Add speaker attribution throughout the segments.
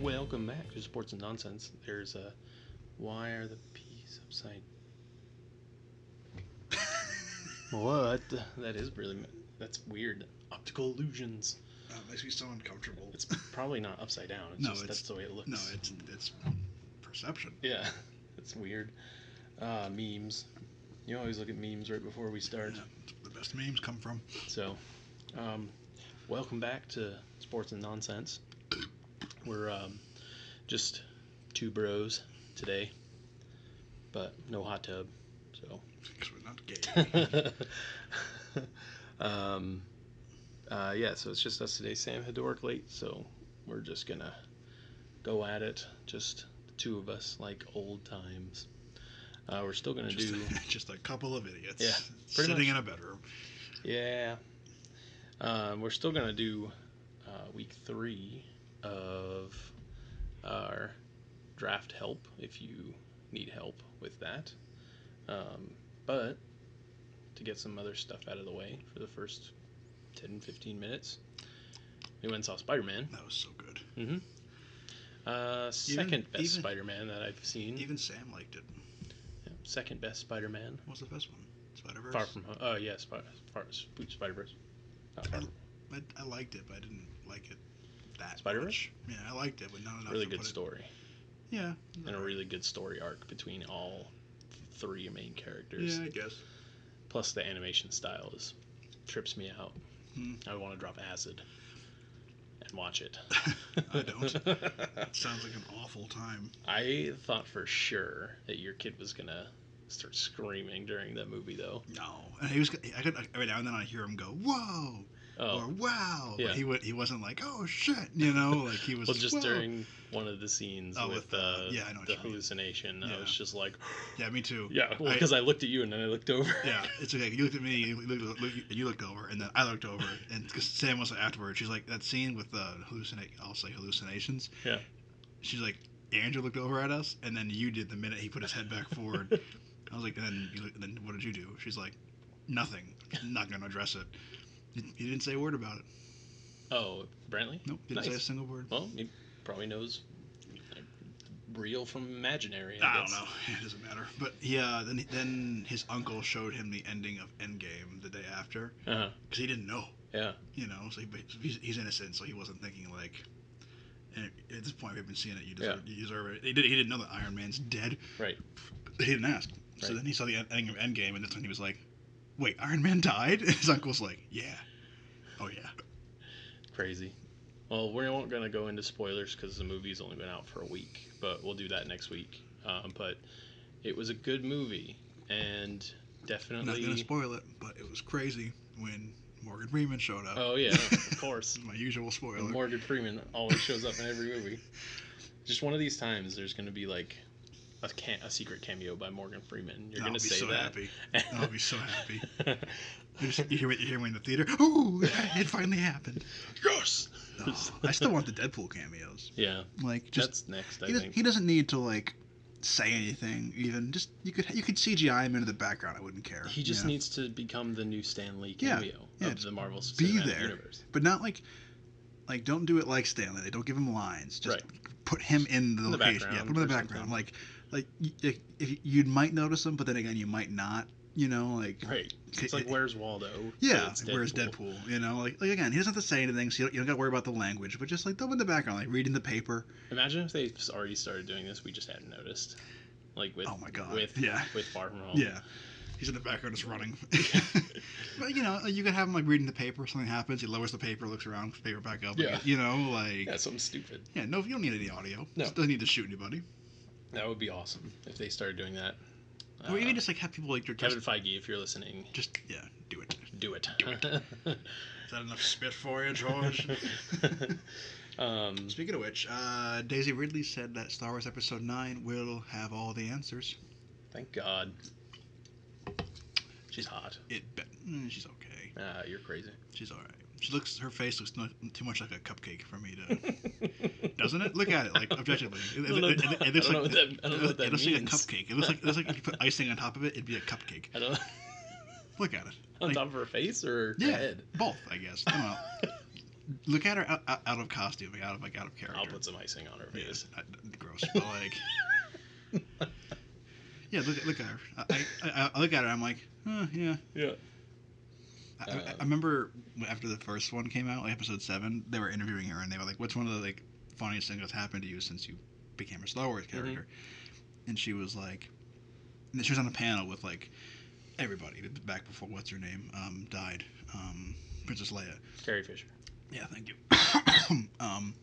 Speaker 1: Welcome back to Sports and Nonsense. There's a why are the peas upside? what? That is really that's weird. Optical illusions.
Speaker 2: Uh, it makes me so uncomfortable.
Speaker 1: It's probably not upside down. It's
Speaker 2: No,
Speaker 1: just
Speaker 2: it's-
Speaker 1: that's the way it looks.
Speaker 2: no, it's it's perception.
Speaker 1: yeah, it's weird. Uh, memes. You always look at memes right before we start.
Speaker 2: Yeah, it's where the best memes come from.
Speaker 1: So, um, welcome back to Sports and Nonsense. We're um, just two bros today, but no hot tub. So,
Speaker 2: Because we're not gay.
Speaker 1: um, uh, yeah, so it's just us today. Sam had to work late, so we're just gonna go at it, just the two of us, like old times. Uh, we're still gonna
Speaker 2: just,
Speaker 1: do,
Speaker 2: just a couple of idiots
Speaker 1: Yeah, pretty
Speaker 2: sitting
Speaker 1: much.
Speaker 2: in a bedroom.
Speaker 1: yeah. Um, we're still gonna do uh, week three of our draft help if you need help with that. Um, but to get some other stuff out of the way for the first 10 15 minutes, we went and saw Spider Man.
Speaker 2: That was so good.
Speaker 1: Uh, second best
Speaker 2: even-
Speaker 1: Spider Man that I've seen.
Speaker 2: Even Sam liked it.
Speaker 1: Yeah, second best Spider Man.
Speaker 2: What was the best one? Spider Verse.
Speaker 1: Far from Home. Oh, yeah, Spider Spider Verse. Not far.
Speaker 2: I, I, I liked it, but I didn't like it that
Speaker 1: Spider-Verse?
Speaker 2: much. Yeah, I liked it, but not enough.
Speaker 1: Really
Speaker 2: to
Speaker 1: good
Speaker 2: put it-
Speaker 1: story.
Speaker 2: Yeah.
Speaker 1: And a really good story arc between all three main characters.
Speaker 2: Yeah, I guess.
Speaker 1: Plus, the animation style is trips me out.
Speaker 2: Hmm.
Speaker 1: I want to drop acid and watch it.
Speaker 2: I don't. It sounds like an awful time.
Speaker 1: I thought for sure that your kid was gonna start screaming during that movie, though.
Speaker 2: No, and he was. I could every now and then I hear him go, "Whoa!" or
Speaker 1: Oh,
Speaker 2: "Wow!"
Speaker 1: Yeah.
Speaker 2: But he would. He wasn't like, "Oh shit," you know. Like he was
Speaker 1: well, just
Speaker 2: "Whoa."
Speaker 1: during one of the scenes
Speaker 2: Oh,
Speaker 1: with
Speaker 2: with, uh,
Speaker 1: uh,
Speaker 2: yeah, I know what
Speaker 1: the
Speaker 2: you mean.
Speaker 1: hallucination, I
Speaker 2: Yeah.
Speaker 1: was just like,
Speaker 2: Yeah, me too.
Speaker 1: yeah,
Speaker 2: I-
Speaker 1: because I, looked at you and then I looked over.
Speaker 2: Yeah, it's okay. You looked at me, you looked, look, you looked over, and then I looked over, and because Sam was afterwards, she's like that scene with the hallucinate. I'll say hallucinations.
Speaker 1: Yeah.
Speaker 2: She's like, Andrew looked over at us, and then you did the minute he put his head back forward. I was like, and then, you, then what did you do? She's like, nothing. Not gonna address it. He he didn't say a word about it.
Speaker 1: Oh, Brantley.
Speaker 2: Nope. Didn't say a
Speaker 1: Nice.
Speaker 2: single word.
Speaker 1: Well, he probably knows real from imaginary. I,
Speaker 2: I don't
Speaker 1: guess.
Speaker 2: know. It doesn't matter. But yeah, then then his uncle showed him the ending of Endgame the day after
Speaker 1: Uh-huh.
Speaker 2: because he didn't know.
Speaker 1: Yeah.
Speaker 2: you know, so he, but he's, he's innocent, so he wasn't thinking like. And at this point, we've been seeing it. You deserve, you deserve it. He, did, he didn't know that Iron Man's dead.
Speaker 1: Right.
Speaker 2: He didn't ask. So
Speaker 1: Right.
Speaker 2: then he saw the en- ending of Endgame, and that's when he was like, "Wait, Iron Man died?" And his uncle's like, "Yeah, oh yeah."
Speaker 1: Crazy. Well, we won't gonna go into spoilers because the movie's only been out for a week, but we'll do that next week. Um, but it was a good movie, and
Speaker 2: I'm not gonna
Speaker 1: definitely.
Speaker 2: spoil it, but it was crazy when Morgan Freeman showed up.
Speaker 1: Oh yeah, of course.
Speaker 2: my usual spoiler.
Speaker 1: Morgan Freeman always shows up in every movie. Just one of these times, there's gonna be like a can- a secret cameo by Morgan Freeman. You're
Speaker 2: I'll
Speaker 1: gonna
Speaker 2: be
Speaker 1: say
Speaker 2: so
Speaker 1: that.
Speaker 2: happy. I'll be so happy. You, just, you hear me, you hear me in the theater. Ooh, it finally happened.
Speaker 1: yes.
Speaker 2: No, I still want the Deadpool cameos.
Speaker 1: Yeah,
Speaker 2: Like just
Speaker 1: that's next. I
Speaker 2: he, does,
Speaker 1: think.
Speaker 2: he doesn't need to like say anything even just you could you could cgi him into the background i wouldn't care
Speaker 1: He just
Speaker 2: you know?
Speaker 1: needs to become the new Stan Lee
Speaker 2: Yeah,
Speaker 1: cameo
Speaker 2: yeah,
Speaker 1: of
Speaker 2: just
Speaker 1: the Marvel Cinematic
Speaker 2: be there.
Speaker 1: Universe.
Speaker 2: but not like like don't do it like stanley don't give him lines just put him in the
Speaker 1: the
Speaker 2: location yeah
Speaker 1: background
Speaker 2: put him in
Speaker 1: or
Speaker 2: the
Speaker 1: something.
Speaker 2: background like like y- y- if you, you might notice him but then again you might not you know like
Speaker 1: Right. It's
Speaker 2: it-
Speaker 1: like where's Waldo?
Speaker 2: yeah,
Speaker 1: It's
Speaker 2: where's Deadpool? You know, like, like again, he doesn't have to say anything, so you don't, you don't got to worry about the language, but just like throw him in the background, like reading the paper.
Speaker 1: Imagine if they just already started doing this, we just hadn't noticed. Like with
Speaker 2: Oh my God,
Speaker 1: with
Speaker 2: yeah.
Speaker 1: with Far From Home.
Speaker 2: Yeah. He's in the background just running. but you know, you could have him like reading the paper, something happens, he lowers the paper, looks around, paper back up.
Speaker 1: Yeah.
Speaker 2: You know, like
Speaker 1: Yeah, something stupid.
Speaker 2: Yeah, no you don't need any audio.
Speaker 1: No.
Speaker 2: Just doesn't need to shoot anybody.
Speaker 1: That would be awesome if they started doing that.
Speaker 2: or
Speaker 1: Uh,
Speaker 2: even just like have people like just,
Speaker 1: Kevin Feige, if you're listening,
Speaker 2: just yeah, do it.
Speaker 1: do it.
Speaker 2: Is that enough spit for you, George?
Speaker 1: um,
Speaker 2: Speaking of which, uh, Daisy Ridley said that Star Wars Episode Nine will have all the answers.
Speaker 1: thank God. She's hot.
Speaker 2: It bet mm, she's okay.
Speaker 1: Ah, you're crazy.
Speaker 2: She's all right. She looks. Her face looks not too much like a cupcake for me to doesn't it? Look at it, like objectively. It,
Speaker 1: don't know
Speaker 2: it-
Speaker 1: what
Speaker 2: it- it
Speaker 1: that-
Speaker 2: looks
Speaker 1: I don't know
Speaker 2: like
Speaker 1: what that- I don't know what
Speaker 2: it
Speaker 1: that
Speaker 2: looks like a
Speaker 1: means.
Speaker 2: cupcake. It looks like it looks like if you put icing on top of it, it'd be a cupcake.
Speaker 1: I don't.
Speaker 2: Look at it.
Speaker 1: On
Speaker 2: Like,
Speaker 1: top of her face or her
Speaker 2: yeah,
Speaker 1: head?
Speaker 2: both, I guess. I don't know. Look at her out, out- out of costume, like out of like out of character.
Speaker 1: I'll put some icing on her
Speaker 2: Yeah,
Speaker 1: face.
Speaker 2: I- I- gross, but like, yeah, look, look at her. I, I, I look at her. I'm like, huh, yeah.
Speaker 1: Yeah.
Speaker 2: I, I-
Speaker 1: Um,
Speaker 2: I remember after the first one came out, like episode seven, they were interviewing her and they were like, "What's one of the like funniest things that's happened to you since you became a Star Wars character?" And she was like, and she was on a panel with like everybody back before what's her name um, died, um, Princess Leia.
Speaker 1: Carrie Fisher.
Speaker 2: Yeah, thank you. um,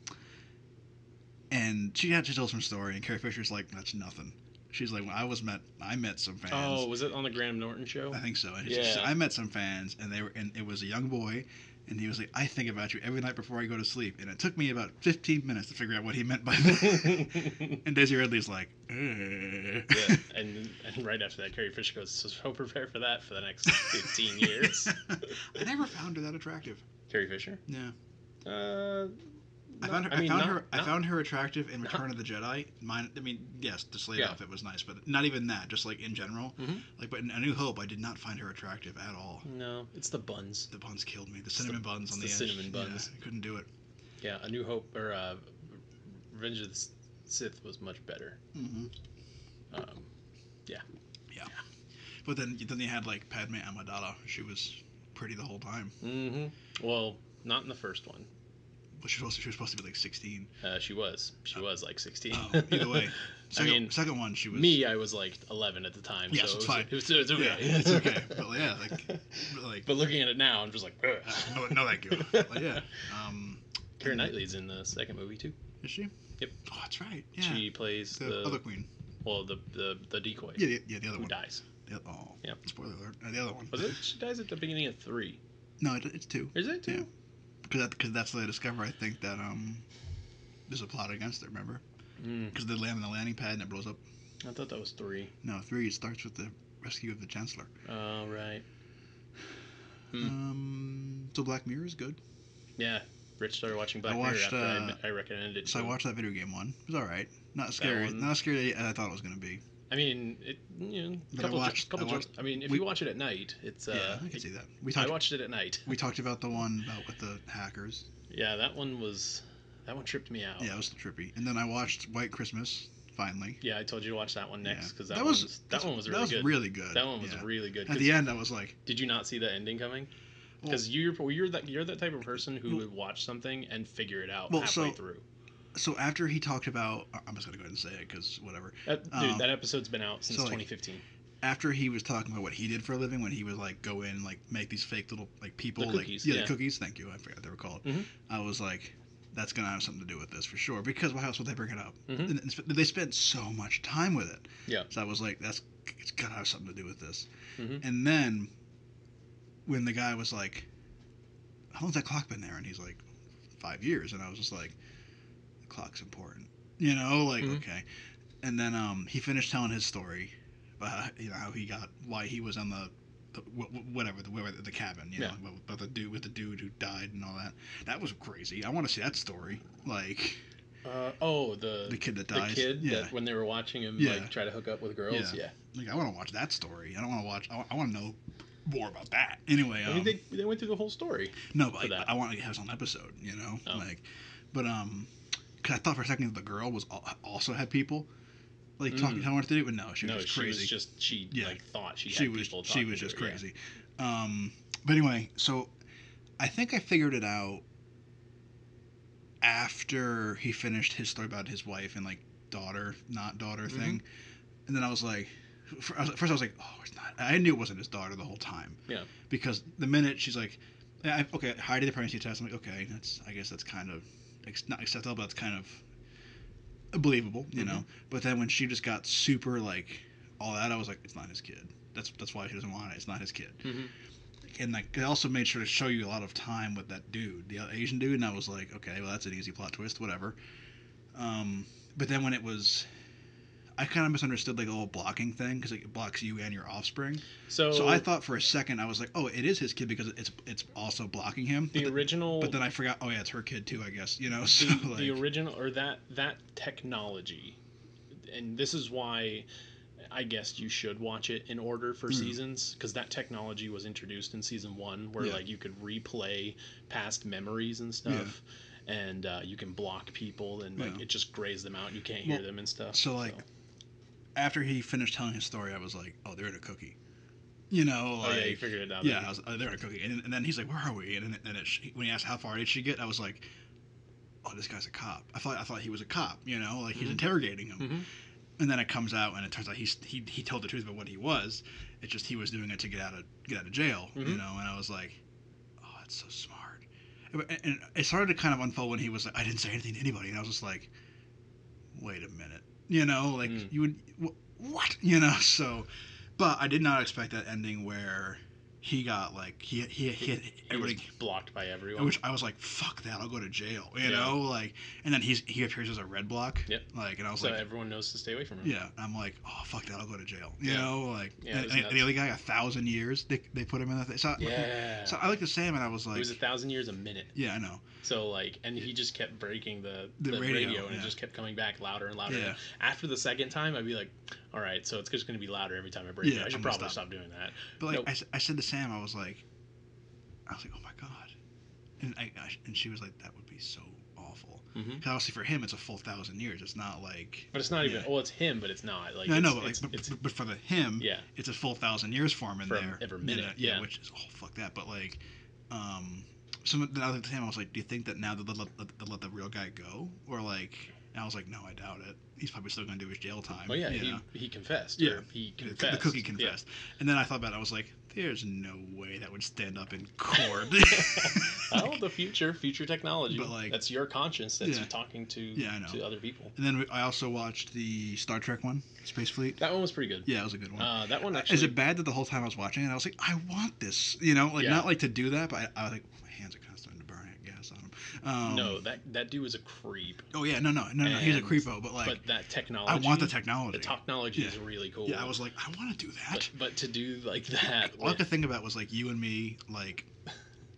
Speaker 2: and she had to tell some story, and Carrie Fisher's like, "That's nothing." She's like, "When I was met, I met some fans."
Speaker 1: Oh, was it on the Graham Norton show?
Speaker 2: I think so. And she- she-
Speaker 1: Yeah.
Speaker 2: I met some fans, and they were, and it was a young boy, and he was like, "I think about you every night before I go to sleep," and it took me about 15 minutes to figure out what he meant by that.
Speaker 1: yeah,
Speaker 2: and Daisy Ridley's like, "Eh."
Speaker 1: and and right after that, Carrie Fisher goes, "So prepare for that for the next 15 years."
Speaker 2: I never found her that attractive.
Speaker 1: Carrie Fisher.
Speaker 2: Yeah,
Speaker 1: Uh,
Speaker 2: I
Speaker 1: not-
Speaker 2: found her. I,
Speaker 1: mean,
Speaker 2: found
Speaker 1: not-
Speaker 2: her. I
Speaker 1: not-
Speaker 2: found her attractive in Return of the Jedi. Mine. I mean, yes, the slave
Speaker 1: Yeah.
Speaker 2: outfit was nice, but not even that. Just like in general,
Speaker 1: Mhm.
Speaker 2: like, but in A New Hope, I did not find her attractive at all.
Speaker 1: No, it's the buns.
Speaker 2: The buns killed me. The
Speaker 1: the-
Speaker 2: cinnamon buns
Speaker 1: it's
Speaker 2: on the,
Speaker 1: the
Speaker 2: edge.
Speaker 1: cinnamon
Speaker 2: Yeah,
Speaker 1: buns.
Speaker 2: I couldn't do it.
Speaker 1: Yeah, A New Hope or uh, Revenge of the Sith was much better.
Speaker 2: hmm
Speaker 1: Um,
Speaker 2: But then, then they had like Padme Amidala. She was pretty the whole time.
Speaker 1: hmm Well, not in the first one.
Speaker 2: Well, she was supposed to, she was supposed to be like 16.
Speaker 1: Uh, she was. She was like 16.
Speaker 2: Oh, either way, second,
Speaker 1: mean,
Speaker 2: second one she was
Speaker 1: Me, I was like 11 at the time.
Speaker 2: Yes,
Speaker 1: so
Speaker 2: it's
Speaker 1: it was,
Speaker 2: fine.
Speaker 1: It was, it's okay.
Speaker 2: Yeah, it's okay. But yeah, like, but, like
Speaker 1: But looking at it now, I'm just like, ugh.
Speaker 2: no, no, thank you. Like, yeah. Um,
Speaker 1: Keira Knightley's in the second movie too.
Speaker 2: is she?
Speaker 1: Yep.
Speaker 2: Oh, that's right. Yeah.
Speaker 1: She plays
Speaker 2: the,
Speaker 1: the,
Speaker 2: other queen.
Speaker 1: well the, the the decoy
Speaker 2: Yeah, the, yeah, the other
Speaker 1: who
Speaker 2: one.
Speaker 1: dies.
Speaker 2: The oth- oh,
Speaker 1: Yep.
Speaker 2: spoiler alert. Uh, the other one.
Speaker 1: Was it? She dies at the beginning of three.
Speaker 2: No, it, it's two.
Speaker 1: Is it too?
Speaker 2: Because that, 'cause that's when they discover, I think, that um, there's a plot against it, remember?
Speaker 1: Mm,
Speaker 2: Because they land on the landing pad and it blows up.
Speaker 1: I thought that was three.
Speaker 2: No, three it starts with the rescue of the Chancellor.
Speaker 1: Oh right. Hmm.
Speaker 2: Um, so Black Mirror is good.
Speaker 1: Yeah. Rich started watching Black
Speaker 2: I watched,
Speaker 1: Mirror after I
Speaker 2: uh,
Speaker 1: me- I, recommended it.
Speaker 2: So
Speaker 1: to
Speaker 2: I
Speaker 1: him.
Speaker 2: watched that video game one. It was all right. Not scary.
Speaker 1: one-
Speaker 2: Not as scary as I thought it was gonna be.
Speaker 1: I mean, it. You know,
Speaker 2: But I
Speaker 1: couple, I
Speaker 2: watched- I
Speaker 1: couple jumps- I mean, if
Speaker 2: we-
Speaker 1: you watch it at night, it's. Uh,
Speaker 2: yeah, I can see that. We
Speaker 1: I
Speaker 2: talked.
Speaker 1: watched it at night.
Speaker 2: we talked about the one about with the hackers.
Speaker 1: Yeah, that one was. That one tripped me out.
Speaker 2: Yeah, it was trippy. And then I watched White Christmas finally.
Speaker 1: Yeah, I told you to watch that one next
Speaker 2: Yeah.
Speaker 1: because that, was that one was really
Speaker 2: that was
Speaker 1: good.
Speaker 2: really good.
Speaker 1: that one was
Speaker 2: Yeah.
Speaker 1: really good.
Speaker 2: At
Speaker 1: 'cause
Speaker 2: the end, I was like,
Speaker 1: Did you not see the ending coming?
Speaker 2: Well-
Speaker 1: Because you're you're that you're that type of person who
Speaker 2: Well-
Speaker 1: would watch something and figure it out
Speaker 2: Well,
Speaker 1: halfway
Speaker 2: so-
Speaker 1: through.
Speaker 2: so after he talked about, I- I'm just gonna go ahead and say it because whatever.
Speaker 1: That, dude,
Speaker 2: um,
Speaker 1: that episode's been out since
Speaker 2: so, like,
Speaker 1: 2015.
Speaker 2: after he was talking about what he did for a living when he would like go in like make these fake little like people
Speaker 1: The
Speaker 2: like
Speaker 1: cookies,
Speaker 2: yeah, the
Speaker 1: yeah.
Speaker 2: cookies thank you i forgot they were called
Speaker 1: Mhm.
Speaker 2: i was like that's gonna have something to do with this for sure because why else would they bring it up
Speaker 1: Mhm.
Speaker 2: and, and sp- they spent so much time with it
Speaker 1: Yeah.
Speaker 2: so i was like that's it's gotta have something to do with this
Speaker 1: Mhm.
Speaker 2: and then when the guy was like how long's that clock been there and he's like five years and i was just like the clock's important you know like
Speaker 1: Mhm.
Speaker 2: okay and then um he finished telling his story about how, you know how he got why he was on the, the wh- wh- whatever the whatever, the cabin you
Speaker 1: Yeah.
Speaker 2: know about, about the dude with the dude who died and all that that was crazy i want to see that story like
Speaker 1: Uh, oh, the
Speaker 2: the kid that
Speaker 1: the
Speaker 2: dies
Speaker 1: kid
Speaker 2: yeah
Speaker 1: that when they were watching him
Speaker 2: Yeah.
Speaker 1: like try to hook up with girls. Yeah,
Speaker 2: like i want to watch that story i don't want to watch i, want to know more about that anyway
Speaker 1: I
Speaker 2: um,
Speaker 1: mean they, they went through the whole story.
Speaker 2: no but
Speaker 1: for
Speaker 2: I,
Speaker 1: that.
Speaker 2: I want to have some episode you know
Speaker 1: Oh.
Speaker 2: like but um 'cause i thought for a second that the girl was al- also had people like talking
Speaker 1: Mm.
Speaker 2: telling her what to do but no she
Speaker 1: no,
Speaker 2: was just
Speaker 1: she
Speaker 2: crazy
Speaker 1: was just she
Speaker 2: Yeah.
Speaker 1: like thought she,
Speaker 2: she
Speaker 1: had
Speaker 2: was
Speaker 1: people
Speaker 2: she
Speaker 1: talking
Speaker 2: was
Speaker 1: to
Speaker 2: just
Speaker 1: her, yeah.
Speaker 2: crazy. Um, but anyway, so I think I figured it out after he finished his story about his wife and like daughter, not daughter
Speaker 1: Mm-hmm.
Speaker 2: thing, and then I was like. fir- I was- First, I was like, "Oh, it's not." I knew it wasn't his daughter the whole time.
Speaker 1: Yeah.
Speaker 2: Because the minute she's like, I, I- "Okay, Heidi the pregnancy test," I'm like, "Okay, that's. I guess that's kind of ex- not acceptable, but it's kind of believable, you know." But then when she just got super like all that, I was like, "It's not his kid." That's that's why she doesn't want it. It's not his kid.
Speaker 1: Mhm.
Speaker 2: And like they also made sure to show you a lot of time with that dude, the Asian dude, and I was like, okay, well that's an easy plot twist, whatever. Um, but then when it was, I kind of misunderstood like the whole blocking thing because it blocks you and your offspring.
Speaker 1: So,
Speaker 2: So I thought for a second I was like, oh, it is his kid because it's it's also blocking him.
Speaker 1: the
Speaker 2: but, th-
Speaker 1: original
Speaker 2: but then I forgot. Oh yeah, it's her kid too, I guess. You know, so
Speaker 1: the,
Speaker 2: like,
Speaker 1: the original or that that technology and this is why I guess you should watch it in order
Speaker 2: Hmm.
Speaker 1: for seasons because that technology was introduced in season one where
Speaker 2: Yeah.
Speaker 1: like you could replay past memories and stuff. And uh, you can block people, and like
Speaker 2: Yeah.
Speaker 1: it just grays them out. You can't hear
Speaker 2: Well,
Speaker 1: them and stuff.
Speaker 2: so, like, After he finished telling his story, I was like, "Oh, they're in a cookie," you know,
Speaker 1: oh
Speaker 2: like
Speaker 1: yeah, you figured it out.
Speaker 2: Yeah,
Speaker 1: then.
Speaker 2: I was, uh, they were in a cookie, and, and then he's like, "Where are we?" And then and it, sh- when he asked how far did she get, I was like, "Oh, this guy's a cop." I thought I thought he was a cop, you know, like he's
Speaker 1: Mhm.
Speaker 2: interrogating him.
Speaker 1: Mhm.
Speaker 2: And then it comes out, and it turns out he's he he told the truth about what he was. It's just he was doing it to get out of get out of jail, you
Speaker 1: Mhm.
Speaker 2: know. And I was like, "Oh, that's so smart." And, and it started to kind of unfold when he was like, "I didn't say anything to anybody," and I was just like, "Wait a minute," you know, like
Speaker 1: Mm.
Speaker 2: you would wh- what you know. So, but I did not expect that ending where he got like he he he,
Speaker 1: He was
Speaker 2: everybody.
Speaker 1: blocked by everyone.
Speaker 2: I was, I was like, fuck that! I'll go to jail, you
Speaker 1: Yeah.
Speaker 2: know. Like, and then he's he appears as a red block.
Speaker 1: Yep.
Speaker 2: Like, and I was
Speaker 1: so
Speaker 2: like,
Speaker 1: everyone knows to stay away from him.
Speaker 2: yeah, I'm like, oh fuck that, I'll go to jail. You
Speaker 1: Yeah.
Speaker 2: know, like
Speaker 1: Yeah, it
Speaker 2: and,
Speaker 1: was
Speaker 2: and
Speaker 1: nuts.
Speaker 2: the other guy a thousand years. They, they put him in that thing. So,
Speaker 1: Yeah.
Speaker 2: so I like the Sam, and I was like,
Speaker 1: it was a thousand years a minute.
Speaker 2: yeah, I know.
Speaker 1: So like, and he just kept breaking the,
Speaker 2: The
Speaker 1: the,
Speaker 2: radio,
Speaker 1: radio, and
Speaker 2: yeah.
Speaker 1: it just kept coming back louder and louder.
Speaker 2: Yeah.
Speaker 1: After the second time, I'd be like, "All right, so it's just going to be louder every time I break
Speaker 2: Yeah,
Speaker 1: it. I
Speaker 2: I'm
Speaker 1: should
Speaker 2: gonna
Speaker 1: probably
Speaker 2: stop.
Speaker 1: stop. doing that."
Speaker 2: But like
Speaker 1: Nope.
Speaker 2: I, s- I said to Sam, I was like, I was like, oh my god, and I, I and she was like, that would be so awful.
Speaker 1: Mhm.
Speaker 2: Because obviously for him, it's a full thousand years. It's not like
Speaker 1: But it's not even.
Speaker 2: Yeah.
Speaker 1: Well, it's him, but it's not. Like
Speaker 2: Yeah, I
Speaker 1: it's,
Speaker 2: know, but
Speaker 1: it's,
Speaker 2: like, but,
Speaker 1: it's-
Speaker 2: but- but for the him,
Speaker 1: yeah,
Speaker 2: it's a full thousand years for him in
Speaker 1: From
Speaker 2: there
Speaker 1: every
Speaker 2: in
Speaker 1: minute,
Speaker 2: it, yeah,
Speaker 1: yeah.
Speaker 2: which is oh fuck that. But like, um, so then I looked at him. I was like, do you think that now that they let, let, they let the real guy go, or like, and I was like, no, I doubt it. He's probably still gonna do his jail time.
Speaker 1: well, Oh, yeah,
Speaker 2: you
Speaker 1: he,
Speaker 2: know?
Speaker 1: he confessed.
Speaker 2: Yeah.
Speaker 1: or he
Speaker 2: The-
Speaker 1: confessed.
Speaker 2: The cookie
Speaker 1: Yeah.
Speaker 2: confessed, and then I thought about it. I was like, "There's no way that would stand up in court."
Speaker 1: oh, the future, future technology.
Speaker 2: But, like-
Speaker 1: that's your conscience. That's
Speaker 2: Yeah.
Speaker 1: you talking to
Speaker 2: Yeah, I know.
Speaker 1: to other people.
Speaker 2: and then we, I also watched the Star Trek one, Space Fleet.
Speaker 1: That one was pretty good.
Speaker 2: Yeah, it was a good one.
Speaker 1: Uh, that one
Speaker 2: Uh,
Speaker 1: actually.
Speaker 2: Is it bad that the whole time I was watching it, I was like, I want this, you know, like
Speaker 1: Yeah.
Speaker 2: not like to do that, but I, I was like, my hands are kind of starting to burn. I guess on them. Um,
Speaker 1: no, that that dude was a creep.
Speaker 2: Oh yeah, no, no, no, no. He's a
Speaker 1: And-
Speaker 2: creepo, but like,
Speaker 1: but that technology.
Speaker 2: I want the
Speaker 1: The
Speaker 2: technology.
Speaker 1: technology
Speaker 2: Yeah.
Speaker 1: is really cool.
Speaker 2: yeah, I was like, I want to do that.
Speaker 1: But, but to do like that,
Speaker 2: All I
Speaker 1: with-
Speaker 2: could think about was like you and me, like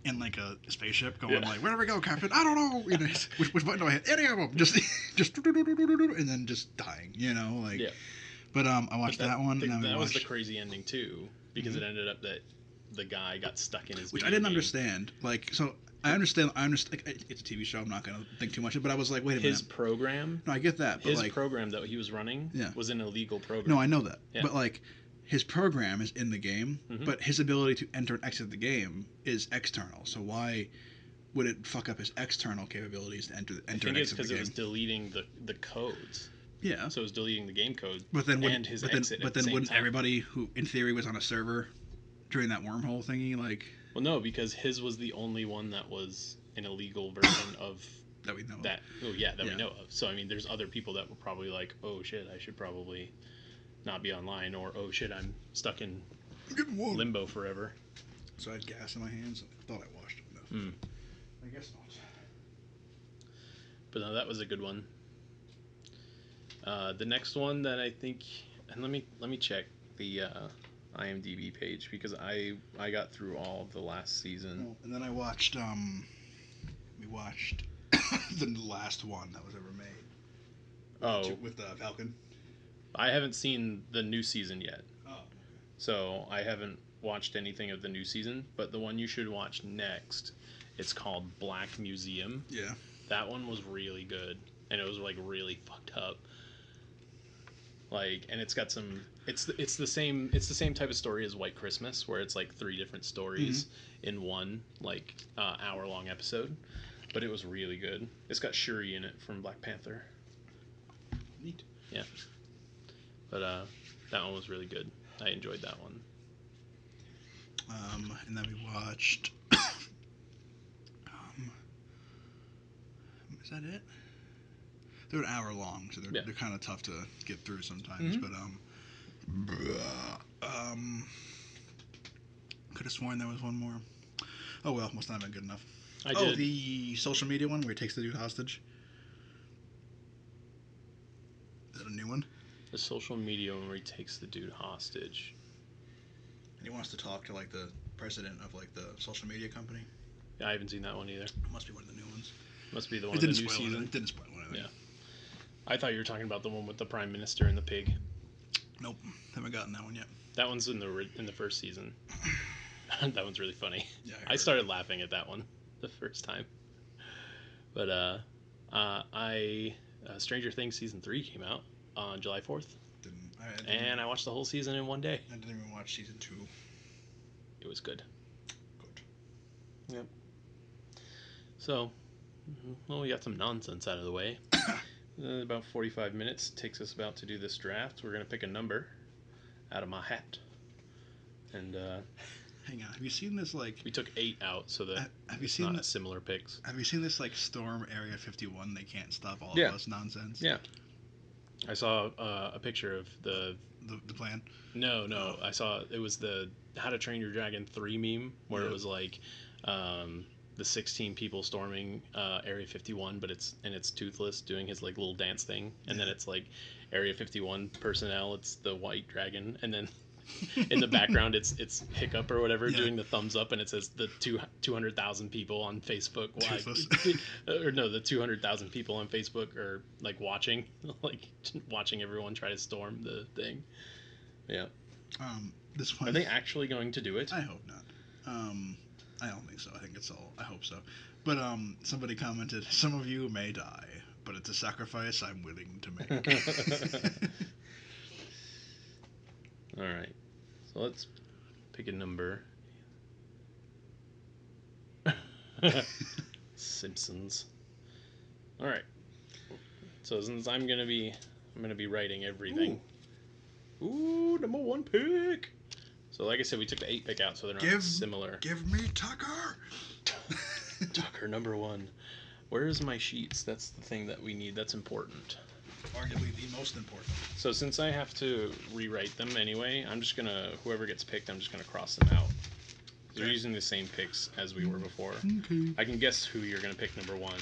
Speaker 2: in like a spaceship, going
Speaker 1: Yeah.
Speaker 2: like, "Where do we go, Captain? I don't know." You know, which, which button do I hit? Any of them? Just, just, and then just dying. You know, like.
Speaker 1: Yeah.
Speaker 2: But um, I watched
Speaker 1: but
Speaker 2: that, one,
Speaker 1: the-
Speaker 2: and then
Speaker 1: that
Speaker 2: I
Speaker 1: was the
Speaker 2: watched,
Speaker 1: crazy ending too, because it ended up that the guy got stuck in his.
Speaker 2: Mm-hmm. which I
Speaker 1: video
Speaker 2: didn't
Speaker 1: game.
Speaker 2: understand. Like, so I understand. I understand. Like, it's a TV show. I'm not gonna think too much. of it, But I was like, wait a
Speaker 1: His
Speaker 2: minute.
Speaker 1: program,
Speaker 2: No, I get that. But
Speaker 1: his
Speaker 2: like,
Speaker 1: program that he was running,
Speaker 2: Yeah.
Speaker 1: was an illegal program.
Speaker 2: no, I know that.
Speaker 1: Yeah.
Speaker 2: But like, his program is in the game,
Speaker 1: Mhm.
Speaker 2: but his ability to enter and exit the game is external. So why? Would it fuck up his external capabilities to enter,
Speaker 1: I think
Speaker 2: enter and
Speaker 1: it's
Speaker 2: exit the
Speaker 1: because
Speaker 2: game?
Speaker 1: it was deleting the the codes,
Speaker 2: Yeah.
Speaker 1: so it was deleting the game code.
Speaker 2: But then wouldn't,
Speaker 1: and his
Speaker 2: but then,
Speaker 1: exit at
Speaker 2: but
Speaker 1: the
Speaker 2: then
Speaker 1: same
Speaker 2: wouldn't
Speaker 1: time.
Speaker 2: everybody who in theory was on a server during that wormhole thingy like
Speaker 1: Well, no, because his was the only one that was an illegal version of
Speaker 2: that we know of?
Speaker 1: that. Oh yeah, that
Speaker 2: Yeah.
Speaker 1: we know of. So I mean, there's other people that were probably like, oh shit, I should probably not be online, or oh shit, I'm stuck in
Speaker 2: Good one.
Speaker 1: limbo forever.
Speaker 2: so I had gas in my hands. I thought I washed enough.
Speaker 1: Hmm.
Speaker 2: I guess not.
Speaker 1: But no, that was a good one. Uh, the next one that I think, and let me let me check the uh, IMDb page because I I got through all of the last season.
Speaker 2: Well, and then I watched um we watched the last one that was ever made
Speaker 1: Oh,
Speaker 2: with the Falcon.
Speaker 1: I haven't seen the new season yet,
Speaker 2: Oh.
Speaker 1: so I haven't watched anything of the new season. But the one you should watch next, it's called Black Museum.
Speaker 2: Yeah.
Speaker 1: That one was really good, and it was like really fucked up. Like, and it's got some. It's the- it's the same. It's the same type of story as White Christmas, where it's like three different stories
Speaker 2: Mm-hmm.
Speaker 1: in one like uh, hour long episode. But it was really good. It's got Shuri in it from Black Panther.
Speaker 2: Neat.
Speaker 1: But uh, that one was really good. I enjoyed that one.
Speaker 2: Um and then we watched um is that it? They're an hour long, so they're,
Speaker 1: Yeah.
Speaker 2: they're kind of tough to get through sometimes.
Speaker 1: Mhm.
Speaker 2: But um, um, could have sworn there was one more. Oh well, must not have been good enough.
Speaker 1: I
Speaker 2: oh,
Speaker 1: did.
Speaker 2: the social media one where he takes the dude hostage. Is that a new one?
Speaker 1: the social media one where he takes the dude hostage.
Speaker 2: And he wants to talk to like the president of like the social media company.
Speaker 1: Yeah, I haven't seen that one either.
Speaker 2: It must be one of the new ones.
Speaker 1: Must be the
Speaker 2: it
Speaker 1: one in
Speaker 2: didn't
Speaker 1: the new
Speaker 2: spoil
Speaker 1: season.
Speaker 2: anything. It didn't spoil anything.
Speaker 1: I thought you were talking about the one with the prime minister and the pig.
Speaker 2: Nope, haven't gotten that one yet.
Speaker 1: That one's in the ri- in the first season. that one's really funny.
Speaker 2: Yeah,
Speaker 1: I
Speaker 2: heard.
Speaker 1: started laughing at that one the first time. But uh, uh, I uh, Stranger Things season three came out on July fourth,
Speaker 2: Didn't, I, I didn't,
Speaker 1: and I watched the whole season in one day.
Speaker 2: I didn't even watch season two.
Speaker 1: It was good.
Speaker 2: Good.
Speaker 1: So, mhm, well, we got some nonsense out of the way. Uh, about forty-five minutes takes us about to do this draft. We're gonna pick a number out of my hat, and uh,
Speaker 2: Hang on, have you seen this like?
Speaker 1: we took eight out so that
Speaker 2: ha- Have you
Speaker 1: it's
Speaker 2: seen
Speaker 1: not
Speaker 2: this?
Speaker 1: similar picks.
Speaker 2: Have you seen this like storm Area 51? They can't stop all
Speaker 1: Yeah.
Speaker 2: of us nonsense.
Speaker 1: Yeah. I saw uh, a picture of the
Speaker 2: The, the plan.
Speaker 1: No, no.
Speaker 2: Oh.
Speaker 1: I saw it was the How to Train Your Dragon 3 meme where
Speaker 2: Yeah.
Speaker 1: it was like um, the 16 people storming uh, Area 51, but it's and it's Toothless doing his like little dance thing, and then
Speaker 2: Yeah.
Speaker 1: it's like Area 51 personnel. It's the white dragon, and then in the background it's it's Hiccup or whatever
Speaker 2: Yeah.
Speaker 1: doing the thumbs up, and it says the two two hundred thousand people on Facebook
Speaker 2: Toothless.
Speaker 1: like or no the two hundred thousand people on Facebook are like watching like watching everyone try to storm the thing. Yeah.
Speaker 2: um, this one.
Speaker 1: Are they actually going to do it?
Speaker 2: I hope not. Um, I don't think so. I think it's all. I hope so. But um, somebody commented, "Some of you may die, but it's a sacrifice I'm willing to make."
Speaker 1: All right. So let's pick a number. Simpsons. All right. So since I'm gonna be, I'm gonna be writing everything. Ooh, number one pick. So like I said, we took the eight pick out, so they're not
Speaker 2: Give-
Speaker 1: similar.
Speaker 2: Give me Tucker.
Speaker 1: Tucker number one. Where is my sheets? That's the thing that we need. That's important.
Speaker 2: Arguably the most important.
Speaker 1: So since I have to rewrite them anyway, I'm just gonna whoever gets picked, I'm just gonna cross them out. They're
Speaker 2: Okay.
Speaker 1: using the same picks as we were before.
Speaker 2: Okay.
Speaker 1: I can guess who you're gonna pick number one.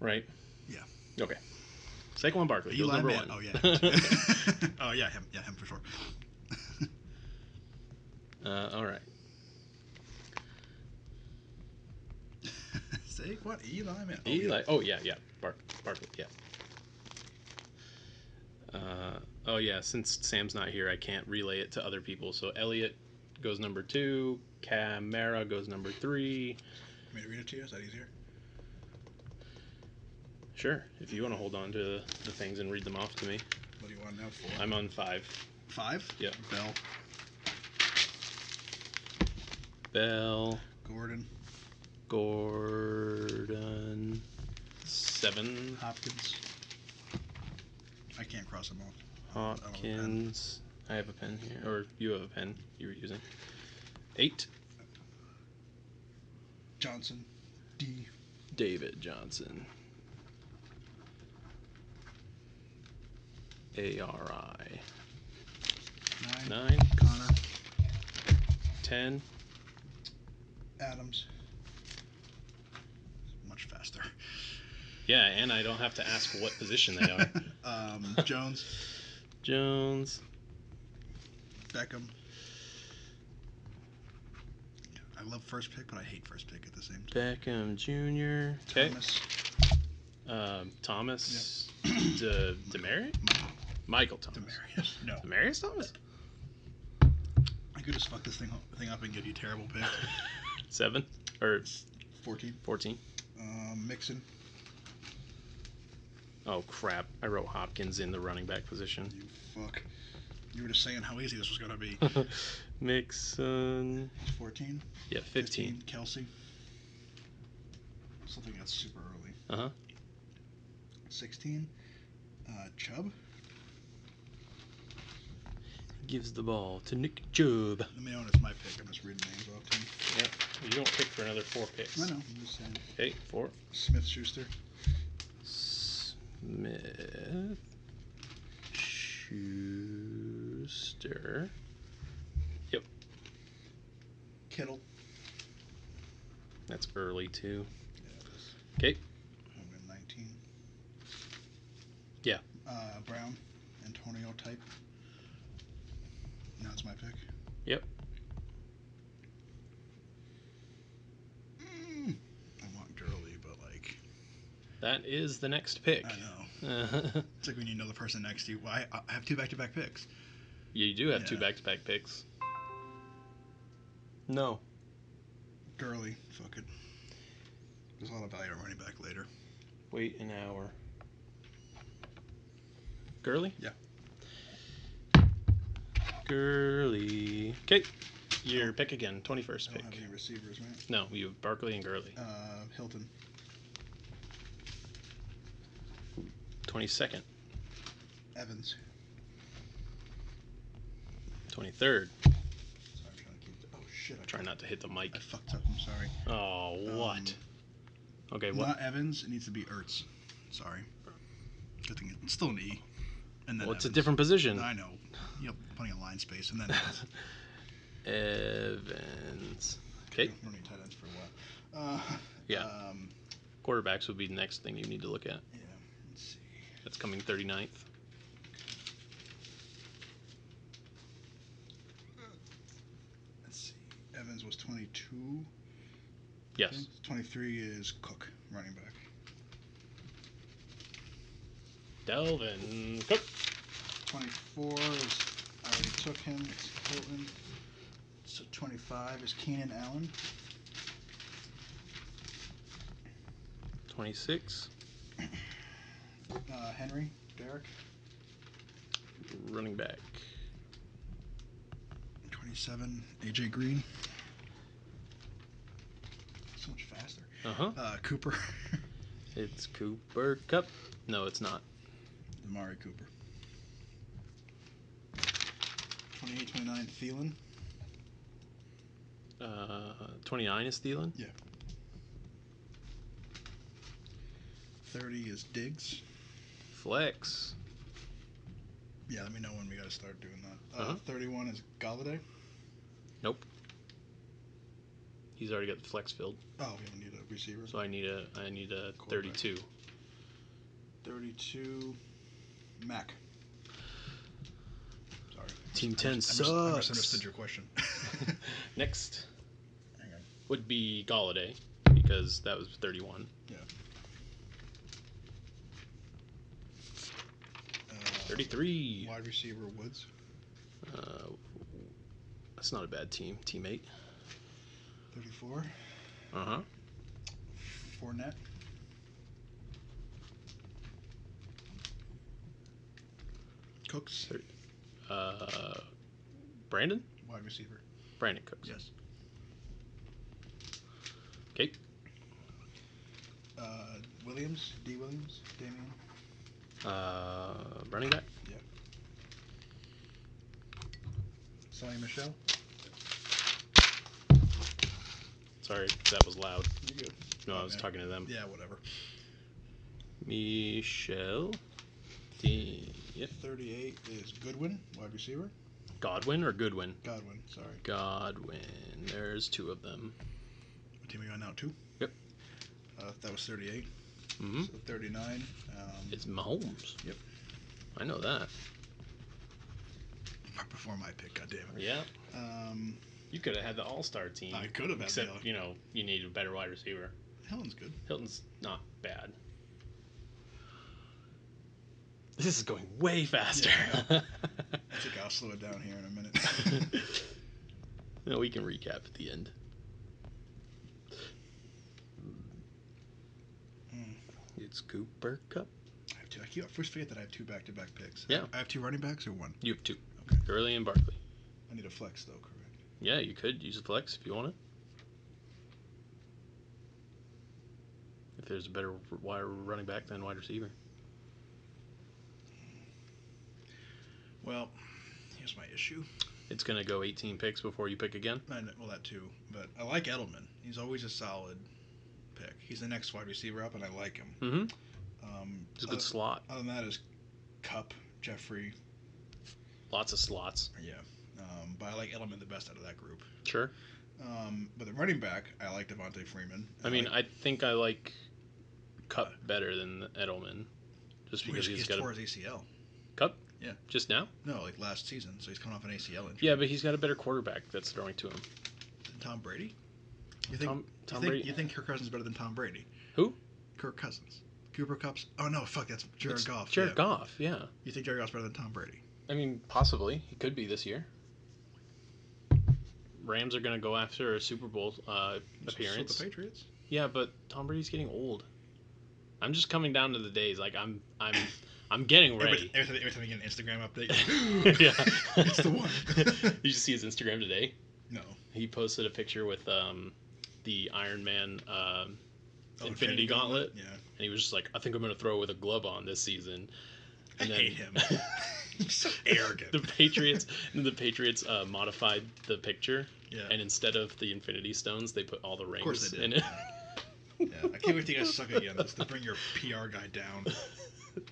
Speaker 1: Right?
Speaker 2: Yeah.
Speaker 1: Okay. Saquon Barkley. goes
Speaker 2: Eli
Speaker 1: number
Speaker 2: Man.
Speaker 1: one.
Speaker 2: Oh yeah. oh yeah, him. Yeah, him for sure.
Speaker 1: uh, all right.
Speaker 2: Say what? Eli Man. Oh, yeah.
Speaker 1: Eli. Oh yeah, yeah. Bar- Barkley. Yeah. Uh, oh yeah. Since Sam's not here, I can't relay it to other people. So Elliot goes number two. Camara goes number three.
Speaker 2: You want me to read it to you? Is that easier?
Speaker 1: Sure. If you want to hold on to the things and read them off to me,
Speaker 2: What do you want now? 4
Speaker 1: I'm on five.
Speaker 2: Five.
Speaker 1: Yeah.
Speaker 2: Bell,
Speaker 1: Bell,
Speaker 2: Gordon,
Speaker 1: Gordon, seven,
Speaker 2: Hopkins. I can't cross them off.
Speaker 1: Hopkins. I have a pen here, or you have a pen you were using. Eight,
Speaker 2: Johnson, D.
Speaker 1: David Johnson. A R I.
Speaker 2: Nine.
Speaker 1: Nine,
Speaker 2: Connor,
Speaker 1: ten,
Speaker 2: Adams. Much faster.
Speaker 1: yeah, and I don't have to ask what position they are.
Speaker 2: um, Jones,
Speaker 1: Jones,
Speaker 2: Beckham. I love first pick, but I hate first pick at the same time.
Speaker 1: Beckham Jr. Okay.
Speaker 2: Thomas,
Speaker 1: Um, Thomas De, Demerit? Michael Thomas.
Speaker 2: Demarius. No,
Speaker 1: Demarius Thomas?
Speaker 2: I could just fuck this thing up, thing up and give you terrible pick.
Speaker 1: Seven or
Speaker 2: Fourteen.
Speaker 1: 14.
Speaker 2: Um, Mixon.
Speaker 1: Oh, crap. I wrote Hopkins in the running back position.
Speaker 2: You fuck. You were just saying how easy this was gonna be.
Speaker 1: Mixon.
Speaker 2: Fourteen.
Speaker 1: Yeah, 15.
Speaker 2: Kelsey. Something that's super early.
Speaker 1: Uh huh.
Speaker 2: 16. Uh, Chubb.
Speaker 1: Gives the ball to Nick Chubb.
Speaker 2: Let me know when it's oh, my pick. I'm just reading names off to you.
Speaker 1: You don't pick for another four picks.
Speaker 2: I know. I'm just saying.
Speaker 1: Okay, four.
Speaker 2: Smith Schuster.
Speaker 1: Smith. Schuster.
Speaker 2: Kittle.
Speaker 1: That's early, too.
Speaker 2: Yeah, it is.
Speaker 1: 'Kay.
Speaker 2: I'm in 19.
Speaker 1: Yeah.
Speaker 2: Uh, Brown. Antonio type. Now it's my pick.
Speaker 1: Yep.
Speaker 2: Mm. I want Gurley, but like,
Speaker 1: That is the next pick.
Speaker 2: I know.
Speaker 1: yeah,
Speaker 2: It's like when you know the person next to you. Well, I, I have two back-to-back picks.
Speaker 1: you do have two
Speaker 2: Yeah.
Speaker 1: back-to-back picks. No,
Speaker 2: Gurley, fuck it. There's a lot of value in running back later.
Speaker 1: wait an hour. Girly.
Speaker 2: Yeah.
Speaker 1: Girly. Okay, your pick again. Twenty-first
Speaker 2: Oh. I
Speaker 1: pick.
Speaker 2: don't have any receivers, man.
Speaker 1: No, you have Barkley and Gurley.
Speaker 2: Uh, Hilton,
Speaker 1: Twenty-second,
Speaker 2: Evans.
Speaker 1: twenty-third.
Speaker 2: Sorry, I'm trying to keep. Oh shit! I
Speaker 1: Try not to hit the mic.
Speaker 2: I fucked up. I'm sorry.
Speaker 1: Oh,
Speaker 2: Um,
Speaker 1: what? okay, what?
Speaker 2: Not Evans. It needs to be Ertz. Sorry. Good thing it's still an E. And then
Speaker 1: Well, it's a
Speaker 2: Evans.
Speaker 1: different position.
Speaker 2: I know. Yep, plenty of line space, and then Evans.
Speaker 1: Evans. Okay,
Speaker 2: We're gonna need tight ends for a while. Uh,
Speaker 1: Yeah.
Speaker 2: Um,
Speaker 1: quarterbacks would be the next thing you need to look at.
Speaker 2: yeah. Let's see.
Speaker 1: That's coming 39th.
Speaker 2: Let's see. Evans was 22. I
Speaker 1: Yes.
Speaker 2: think. 23 is Cook, running back.
Speaker 1: Delvin Cook.
Speaker 2: 24 is I already took him. It's Hilton. So 25 is Keenan Allen.
Speaker 1: 26.
Speaker 2: Uh, Henry, Derek.
Speaker 1: Running back.
Speaker 2: 27, AJ Green. So much faster.
Speaker 1: Uh huh.
Speaker 2: Uh, Cooper.
Speaker 1: It's Cooper Cup. No, it's not.
Speaker 2: Amari Cooper. 28, 29, Thielen.
Speaker 1: Uh, 29 is Thielen.
Speaker 2: 30 is Diggs.
Speaker 1: Flex.
Speaker 2: Yeah, let me know when we got to start doing that. Uh,
Speaker 1: Uh-huh.
Speaker 2: 31 is Galladay.
Speaker 1: He's already got the flex filled,
Speaker 2: Oh, we don't need a receiver.
Speaker 1: so I need a I need a
Speaker 2: Quarterback.
Speaker 1: 32.
Speaker 2: 32 Mac. Sorry.
Speaker 1: Team
Speaker 2: I
Speaker 1: 10
Speaker 2: mis- I mis- I
Speaker 1: sucks.
Speaker 2: misunderstood your question. Uh,
Speaker 1: Next
Speaker 2: Hang on.
Speaker 1: would be Galladay because that was 31.
Speaker 2: Uh,
Speaker 1: 33.
Speaker 2: Wide receiver Woods.
Speaker 1: Uh, that's not a bad team. Teammate.
Speaker 2: 34.
Speaker 1: Uh
Speaker 2: Uh-huh.
Speaker 1: huh.
Speaker 2: Fournette. Cooks.
Speaker 1: Thir- Uh, Brandon?
Speaker 2: Wide receiver.
Speaker 1: Brandon Cooks.
Speaker 2: Yes.
Speaker 1: Okay.
Speaker 2: Uh, Williams. D. Williams. Damian.
Speaker 1: Uh, running back?
Speaker 2: Sonny Michelle.
Speaker 1: Sorry, that was loud.
Speaker 2: You good?
Speaker 1: No, I was
Speaker 2: Okay.
Speaker 1: talking to them.
Speaker 2: Yeah, whatever.
Speaker 1: Michelle? D- yep.
Speaker 2: 38 is Goodwin. Wide receiver.
Speaker 1: Godwin or Goodwin?
Speaker 2: Godwin. Sorry.
Speaker 1: Godwin. There's two of them.
Speaker 2: What team are you on now? Two?
Speaker 1: Yep.
Speaker 2: Uh, that was 38.
Speaker 1: hmm
Speaker 2: So 39. Um,
Speaker 1: It's Mahomes.
Speaker 2: Yep.
Speaker 1: I know that.
Speaker 2: right before my pick, goddammit.
Speaker 1: Yeah.
Speaker 2: Um,
Speaker 1: You could have had the all star team.
Speaker 2: I could have had
Speaker 1: Except,
Speaker 2: the other.
Speaker 1: you know, you need a better wide receiver.
Speaker 2: Helen's good.
Speaker 1: Hilton's not bad. This is going way faster.
Speaker 2: Yeah, I think I'll slow it down here in a minute.
Speaker 1: no, we can recap at the end.
Speaker 2: Hmm.
Speaker 1: It's Cooper Cup.
Speaker 2: I have two. I keep I first forget that I have two back-to-back picks.
Speaker 1: Yeah.
Speaker 2: I have two running backs or one.
Speaker 1: You have two.
Speaker 2: Okay.
Speaker 1: Gurley and Barkley.
Speaker 2: I need a flex though, correct?
Speaker 1: Yeah, you could use the flex if you want it. If there's a better wide running back than wide receiver.
Speaker 2: Well, here's my issue.
Speaker 1: It's going to go 18 picks before you pick again.
Speaker 2: I know, well, that too. But I like Edelman. He's always a solid pick. He's the next wide receiver up, and I like him.
Speaker 1: Mm-hmm.
Speaker 2: Um,
Speaker 1: It's a
Speaker 2: other,
Speaker 1: good slot.
Speaker 2: other than that is Cup, Jeffrey.
Speaker 1: Lots of slots.
Speaker 2: Yeah. Um, but I like Edelman the best out of that group.
Speaker 1: Sure.
Speaker 2: Um, but the running back, I like Devontae Freeman.
Speaker 1: I mean,
Speaker 2: like,
Speaker 1: I think I like Cup
Speaker 2: Uh.
Speaker 1: better than Edelman, just
Speaker 2: well,
Speaker 1: because
Speaker 2: he's,
Speaker 1: he's got
Speaker 2: tore
Speaker 1: a
Speaker 2: his ACL.
Speaker 1: Cup.
Speaker 2: Yeah.
Speaker 1: Just now.
Speaker 2: No, like last season, so he's coming off an ACL injury.
Speaker 1: Yeah, but he's got a better quarterback that's throwing to him.
Speaker 2: Tom Brady. You think
Speaker 1: Tom,
Speaker 2: you
Speaker 1: Tom
Speaker 2: think,
Speaker 1: Brady.
Speaker 2: you think Kirk Cousins is better than Tom Brady?
Speaker 1: Who?
Speaker 2: Kirk Cousins. Cooper Cups. Oh no, fuck, that's Jared
Speaker 1: It's
Speaker 2: Goff.
Speaker 1: Jared
Speaker 2: yeah.
Speaker 1: Goff, yeah.
Speaker 2: You think Jared Goff's better than Tom Brady?
Speaker 1: I mean, possibly he could be this year. Rams are going to go after a Super Bowl uh,
Speaker 2: So-
Speaker 1: appearance.
Speaker 2: So the Patriots.
Speaker 1: Yeah, but Tom Brady's getting old. I'm just coming down to the days. Like I'm, I'm, I'm getting
Speaker 2: Every,
Speaker 1: ready.
Speaker 2: every, every time we get an Instagram update,
Speaker 1: yeah,
Speaker 2: it's the one.
Speaker 1: Did you see his Instagram today?
Speaker 2: no,
Speaker 1: He posted a picture with um, the Iron Man, um,
Speaker 2: Oh,
Speaker 1: Infinity Gauntlet?
Speaker 2: Yeah,
Speaker 1: and he was just like, "I think I'm gonna throw with a glove on this season."
Speaker 2: I
Speaker 1: And then-
Speaker 2: hate him. He's so arrogant.
Speaker 1: the Patriots, the Patriots uh, modified the picture,
Speaker 2: yeah,
Speaker 1: and instead of the Infinity Stones, they put all the rings
Speaker 2: of course they
Speaker 1: in
Speaker 2: did.
Speaker 1: it.
Speaker 2: yeah, I can't wait to you guys suck again. Just to bring your PR guy down.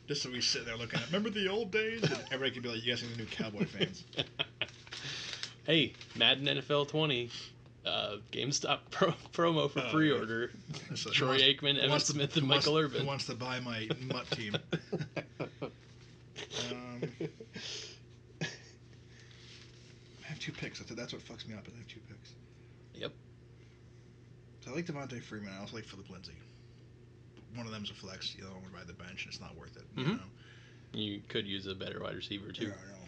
Speaker 2: Just so we sit there looking at. Remember the old days? And everybody could be like, "You guys are the new Cowboy fans."
Speaker 1: hey, Madden NFL 20, uh, GameStop pro- promo for
Speaker 2: Oh, yeah.
Speaker 1: pre-order.
Speaker 2: So who
Speaker 1: Troy
Speaker 2: wants-
Speaker 1: Aikman,
Speaker 2: who
Speaker 1: Evan
Speaker 2: wants to-
Speaker 1: Smith,
Speaker 2: who
Speaker 1: and Michael
Speaker 2: wants, Who
Speaker 1: Irvin.
Speaker 2: wants to buy my mutt team? Um, I have two picks. That's that's what fucks me up. Is I have two picks.
Speaker 1: Yep.
Speaker 2: So I like Devontae Freeman. I also like Philip Lindsay. One of them's a flex. The other one would buy the bench, and it's not worth it. You
Speaker 1: Mhm.
Speaker 2: know?
Speaker 1: you could use a better wide receiver too.
Speaker 2: Yeah, I know.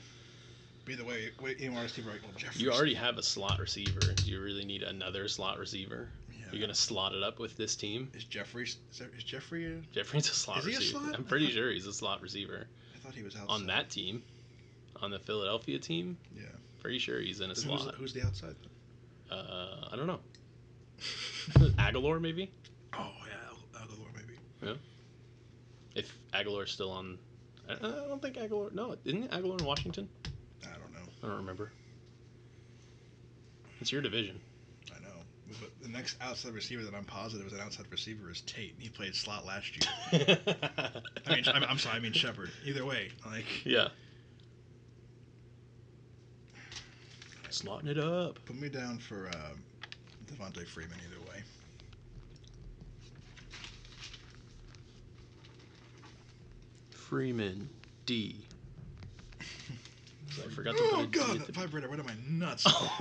Speaker 2: But either way, wait, you want to see right? Well, Jeffrey.
Speaker 1: You already have a slot receiver. Do you really need another slot receiver? You're gonna slot it up with this team.
Speaker 2: Is Jeffrey? Is, there, is Jeffrey? A,
Speaker 1: Jeffrey's a slot
Speaker 2: Is he a
Speaker 1: receiver.
Speaker 2: slot?
Speaker 1: I'm pretty sure he's a slot receiver
Speaker 2: I thought he was outside.
Speaker 1: on that team, on the Philadelphia team.
Speaker 2: Yeah.
Speaker 1: Pretty sure he's in a
Speaker 2: Who's,
Speaker 1: slot.
Speaker 2: who's the outside?
Speaker 1: Uh, I don't know.
Speaker 2: Then?
Speaker 1: Aguilar maybe.
Speaker 2: oh yeah, Aguilar maybe.
Speaker 1: If Aguilar's still on, I I don't think Aguilar. No, isn't Aguilar in Washington?
Speaker 2: I don't know.
Speaker 1: I don't remember. It's your division.
Speaker 2: I know. But the next outside receiver that I'm positive is an outside receiver is Tate. He played slot last year. I mean, I'm, I'm sorry. I mean Shepard. Either way, like
Speaker 1: yeah. Slotting it up.
Speaker 2: put me down for um, Devontae Freeman. Either way.
Speaker 1: Freeman D. So I forgot to put
Speaker 2: Oh
Speaker 1: a D
Speaker 2: god,
Speaker 1: at
Speaker 2: that
Speaker 1: the-
Speaker 2: vibrator went in my nuts. oh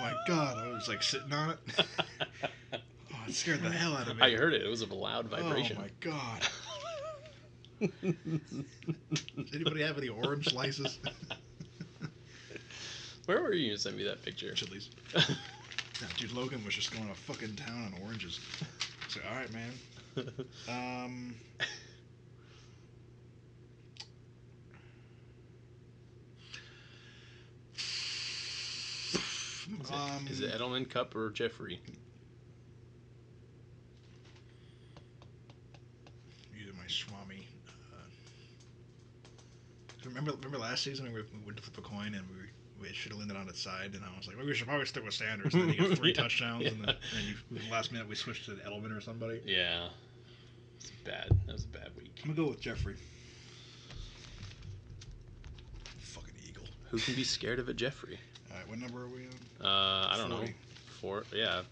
Speaker 2: my god, I was like sitting on it. Oh, it scared the hell out of me.
Speaker 1: I heard it. It was a loud vibration.
Speaker 2: Oh my god. Does anybody have any orange slices?
Speaker 1: Where were you to send me that picture?
Speaker 2: Chili's. No, dude, Logan was just going to fucking town on oranges. So, all right, man. Um.
Speaker 1: Is it,
Speaker 2: um,
Speaker 1: is it Edelman Cup or Jeffrey?
Speaker 2: either my Swami. Uh, remember, remember last season we, were, we went to flip a coin and we were, we should have landed on its side, and I was like, well, we should probably stick with Sanders. And then he got three
Speaker 1: Yeah,
Speaker 2: touchdowns, and then,
Speaker 1: yeah.
Speaker 2: and then you, last minute we switched to Edelman or somebody.
Speaker 1: Yeah. It's bad. That was a bad week.
Speaker 2: I'm gonna go with Jeffrey. Fucking eagle.
Speaker 1: Who can be scared of a Jeffrey?
Speaker 2: All right, what number are we on?
Speaker 1: Uh, I don't know. Four.
Speaker 2: 40.
Speaker 1: Yeah.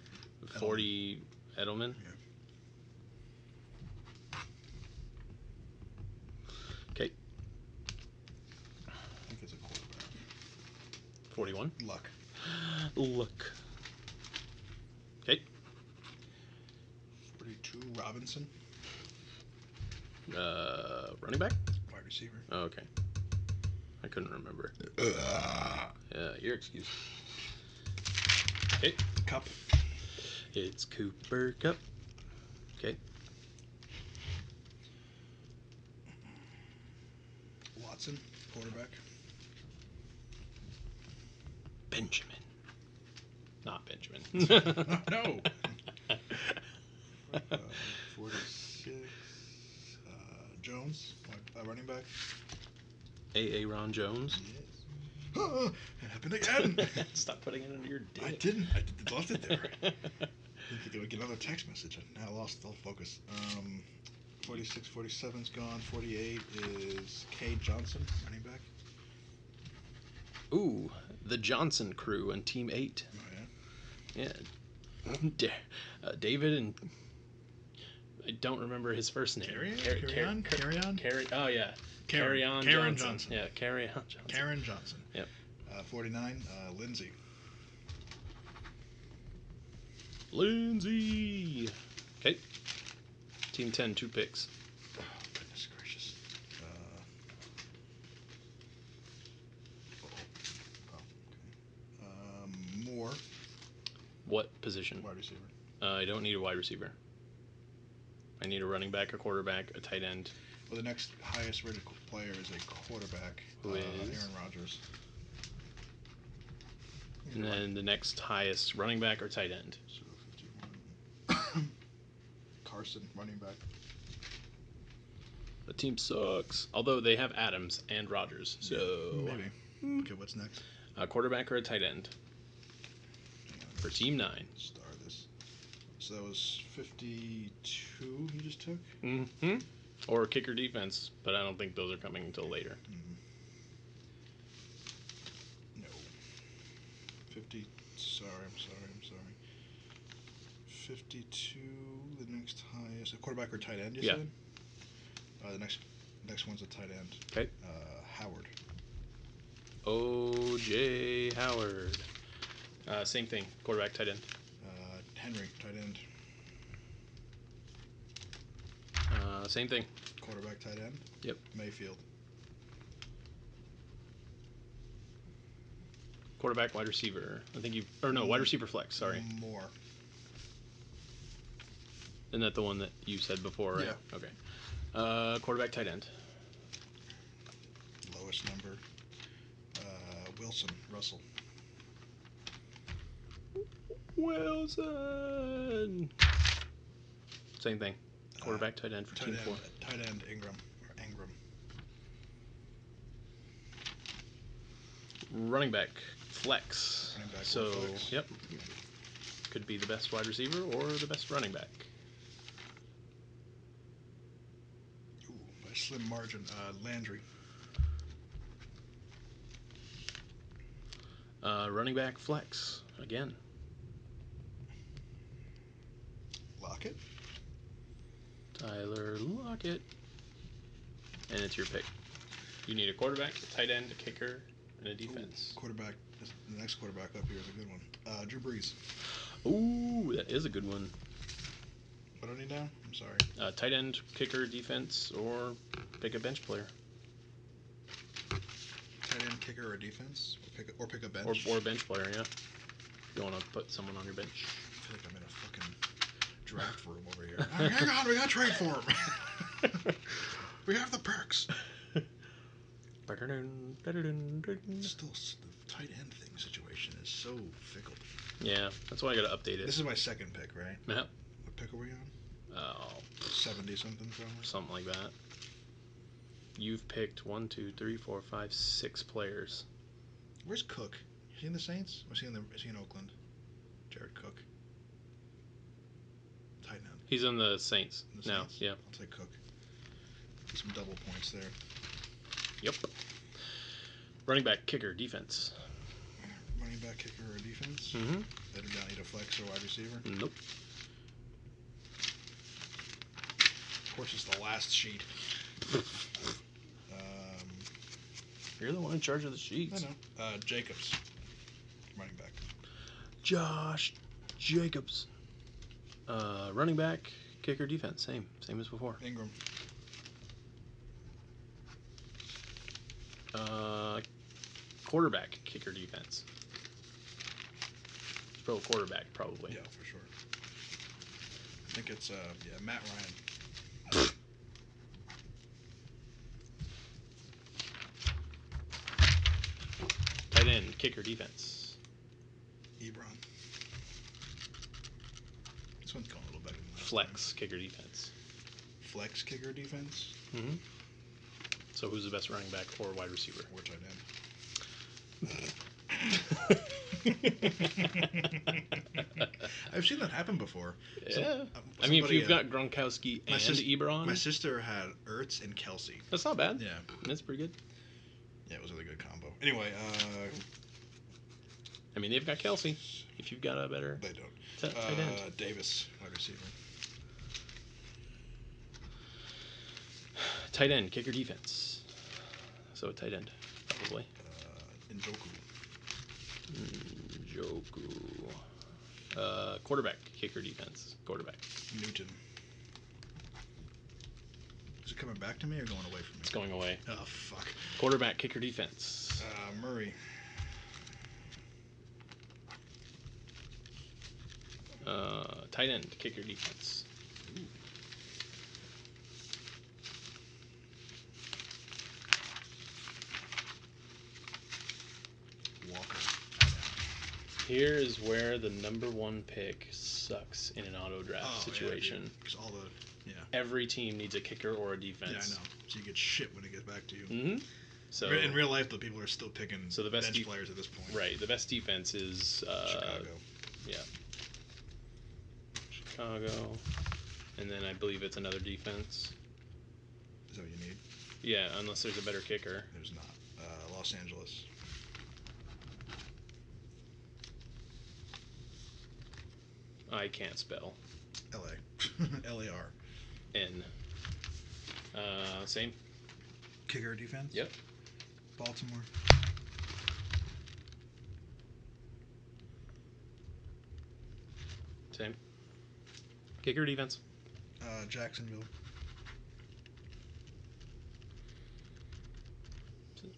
Speaker 1: Forty. Edelman.
Speaker 2: Yeah.
Speaker 1: Okay.
Speaker 2: I think it's a quarterback.
Speaker 1: Forty-one.
Speaker 2: Luck.
Speaker 1: Look.
Speaker 2: Forty-two. Robinson,
Speaker 1: Uh, running back.
Speaker 2: wide receiver.
Speaker 1: Oh, okay. I couldn't remember. Uh, your excuse.
Speaker 2: Cup.
Speaker 1: It's Cooper Cup.
Speaker 2: Watson, quarterback.
Speaker 1: Benjamin. Not Benjamin.
Speaker 2: no. Uh, Forty-six. Uh, Jones, wide- uh, running back.
Speaker 1: A. A. Ron Jones.
Speaker 2: Yes. Ah, it happened again.
Speaker 1: Stop putting it under your dick.
Speaker 2: I didn't. I did, left it there. Didn't think I would get another text message. I now lost all focus. Um, 46, 47's gone. 48 is K. Johnson, running back.
Speaker 1: Ooh, the Johnson crew and Team Eight.
Speaker 2: Oh, yeah.
Speaker 1: Yeah. Da- uh, David and I don't remember his first name.
Speaker 2: Carry,
Speaker 1: Car- car-
Speaker 2: carry on. Carry on.
Speaker 1: Carry. Oh yeah. Carry on.
Speaker 2: Karen
Speaker 1: Johnson.
Speaker 2: Johnson.
Speaker 1: Yeah. Carry on Johnson.
Speaker 2: Karen Johnson.
Speaker 1: Yep.
Speaker 2: Uh, 49, uh, Lindsay.
Speaker 1: Lindsay. Okay. Team Ten, two picks.
Speaker 2: Oh, Uh, oh, Um,
Speaker 1: what position?
Speaker 2: Wide receiver.
Speaker 1: Uh, I don't need a wide receiver. I need a running back, a quarterback, a tight end.
Speaker 2: Well, the next highest rated qu- player is a quarterback,
Speaker 1: Who
Speaker 2: uh,
Speaker 1: is?
Speaker 2: Aaron Rodgers.
Speaker 1: And then the next highest running back or tight end.
Speaker 2: So 51. Carson, running back.
Speaker 1: The team sucks. Although they have Adams and Rogers, so
Speaker 2: Maybe. Okay, what's next?
Speaker 1: a quarterback or a tight end
Speaker 2: Hang on,
Speaker 1: for team nine.
Speaker 2: let's Star this. So that was 52 you just took?
Speaker 1: Mm-hmm. Or kicker defense, but I don't think those are coming until later.
Speaker 2: No. 50. Sorry, I'm sorry, I'm sorry. 52, the next highest. A quarterback or tight end, you
Speaker 1: Yeah.
Speaker 2: said? Uh, the next next one's a tight end.
Speaker 1: 'Kay.
Speaker 2: Uh, Howard.
Speaker 1: O.J. Howard. Uh, same thing. Quarterback, tight end.
Speaker 2: Uh, Henry, tight end.
Speaker 1: Uh, same thing.
Speaker 2: Quarterback, tight end.
Speaker 1: Yep.
Speaker 2: Mayfield.
Speaker 1: Quarterback, wide receiver. I think you. Or no, wide receiver flex. Sorry.
Speaker 2: Moore.
Speaker 1: Isn't that the one that you said before? Right?
Speaker 2: Yeah.
Speaker 1: Okay. Uh, quarterback, tight end.
Speaker 2: Lowest number. Uh, Wilson, Russell.
Speaker 1: Wilson. Same thing. Quarterback, tight end for
Speaker 2: Uh, Ah, Tight
Speaker 1: team
Speaker 2: end,
Speaker 1: four.
Speaker 2: tight end Ingram. Or Ingram.
Speaker 1: Running back, flex.
Speaker 2: Running back or
Speaker 1: so,
Speaker 2: flex.
Speaker 1: yep. Could be the best wide receiver or the best running back.
Speaker 2: Ooh, by a slim margin. Uh, Landry.
Speaker 1: Uh, running back, flex. Again.
Speaker 2: Lockett.
Speaker 1: Tyler Lockett. And it's your pick. You need a quarterback, a tight end, a kicker, and a
Speaker 2: Ooh,
Speaker 1: defense.
Speaker 2: quarterback. this- The next quarterback up here is a good one. Uh, Drew Brees.
Speaker 1: Ooh, that is a good one.
Speaker 2: What do I need now? I'm sorry.
Speaker 1: Uh, tight end, kicker, defense, or pick a bench player
Speaker 2: Tight end, kicker, or defense? Or pick, or pick a bench?
Speaker 1: or, or a bench player. Yeah, you want to put someone on your bench.
Speaker 2: I feel like I'm in a fucking draft room over here. Hang on, we gotta trade for him. we have the perks. Still, s- the tight end thing situation is so fickle.
Speaker 1: Yeah, that's why I gotta update
Speaker 2: This
Speaker 1: it.
Speaker 2: is my second pick, right?
Speaker 1: Yep.
Speaker 2: What pick are we on?
Speaker 1: Oh,
Speaker 2: 70 something, probably.
Speaker 1: something like that. You've picked one, two, three, four, five, six players.
Speaker 2: Where's Cook? Is he in the Saints? Or is he in, the, is he in Oakland? Jared Cook. Tight end.
Speaker 1: He's in the Saints.
Speaker 2: in the
Speaker 1: now.
Speaker 2: Saints?
Speaker 1: Yeah.
Speaker 2: I'll take Cook. Get some double points there.
Speaker 1: Yep. Running back, kicker, defense.
Speaker 2: Running back, kicker, or defense?
Speaker 1: Mm-hmm.
Speaker 2: I do not need a flex or wide receiver.
Speaker 1: Nope.
Speaker 2: Of course, it's the last sheet. Um,
Speaker 1: You're the one in charge of the
Speaker 2: I
Speaker 1: sheets.
Speaker 2: know. Uh, Jacobs, running back.
Speaker 1: Josh Jacobs. Uh, running back, kicker, defense. Same. Same as before.
Speaker 2: Ingram,
Speaker 1: Uh, quarterback, kicker, defense. Pro quarterback, probably.
Speaker 2: yeah, for sure. I think it's uh, yeah, Matt Ryan.
Speaker 1: Tight end, kicker, defense.
Speaker 2: Ebron. This one's going a little better. Than last
Speaker 1: Flex, kicker, defense.
Speaker 2: time. Flex kicker defense
Speaker 1: Mm-hmm. So who's the best running back or wide receiver?
Speaker 2: or tight end. I've seen that happen before. Some-
Speaker 1: yeah.
Speaker 2: um,
Speaker 1: I mean, if
Speaker 2: somebody,
Speaker 1: you've
Speaker 2: uh,
Speaker 1: got Gronkowski
Speaker 2: my
Speaker 1: and
Speaker 2: sis-
Speaker 1: Ebron,
Speaker 2: my sister had Ertz and Kelsey.
Speaker 1: that's not bad.
Speaker 2: Yeah,
Speaker 1: That's pretty good.
Speaker 2: yeah, it was a really good combo. Anyway, uh,
Speaker 1: I mean, they've got Kelsey. If you've got a better
Speaker 2: they don't.
Speaker 1: t- tight end,
Speaker 2: Uh, Davis, wide receiver.
Speaker 1: tight end, kicker, defense. So a tight end, probably.
Speaker 2: Uh, Njoku,
Speaker 1: Joku. Uh, quarterback, kicker, defense. Quarterback.
Speaker 2: Newton. Is it coming back to me or going away from me?
Speaker 1: It's going away.
Speaker 2: Oh fuck.
Speaker 1: Quarterback, kicker, defense.
Speaker 2: Uh, Murray.
Speaker 1: Uh, tight end, kicker, defense.
Speaker 2: Walker.
Speaker 1: Here is where the number one pick sucks in an auto draft
Speaker 2: Oh, yeah,
Speaker 1: situation.
Speaker 2: Because all the
Speaker 1: Every team needs a kicker or a defense.
Speaker 2: yeah, I know. So you get shit when it gets back to you.
Speaker 1: Mm-hmm. So
Speaker 2: Re- in real life, though, people are still picking
Speaker 1: So the best
Speaker 2: bench
Speaker 1: you-
Speaker 2: players at this point.
Speaker 1: right, the best defense is uh,
Speaker 2: Chicago.
Speaker 1: Chicago, and then I believe it's another defense.
Speaker 2: Is that what you need?
Speaker 1: Yeah, unless there's a better kicker.
Speaker 2: There's not. Uh, Los Angeles.
Speaker 1: I can't spell
Speaker 2: LA. LAR.
Speaker 1: N. Uh, same.
Speaker 2: Kicker defense?
Speaker 1: Yep.
Speaker 2: Baltimore.
Speaker 1: Same. Kicker or defense?
Speaker 2: Uh, Jacksonville.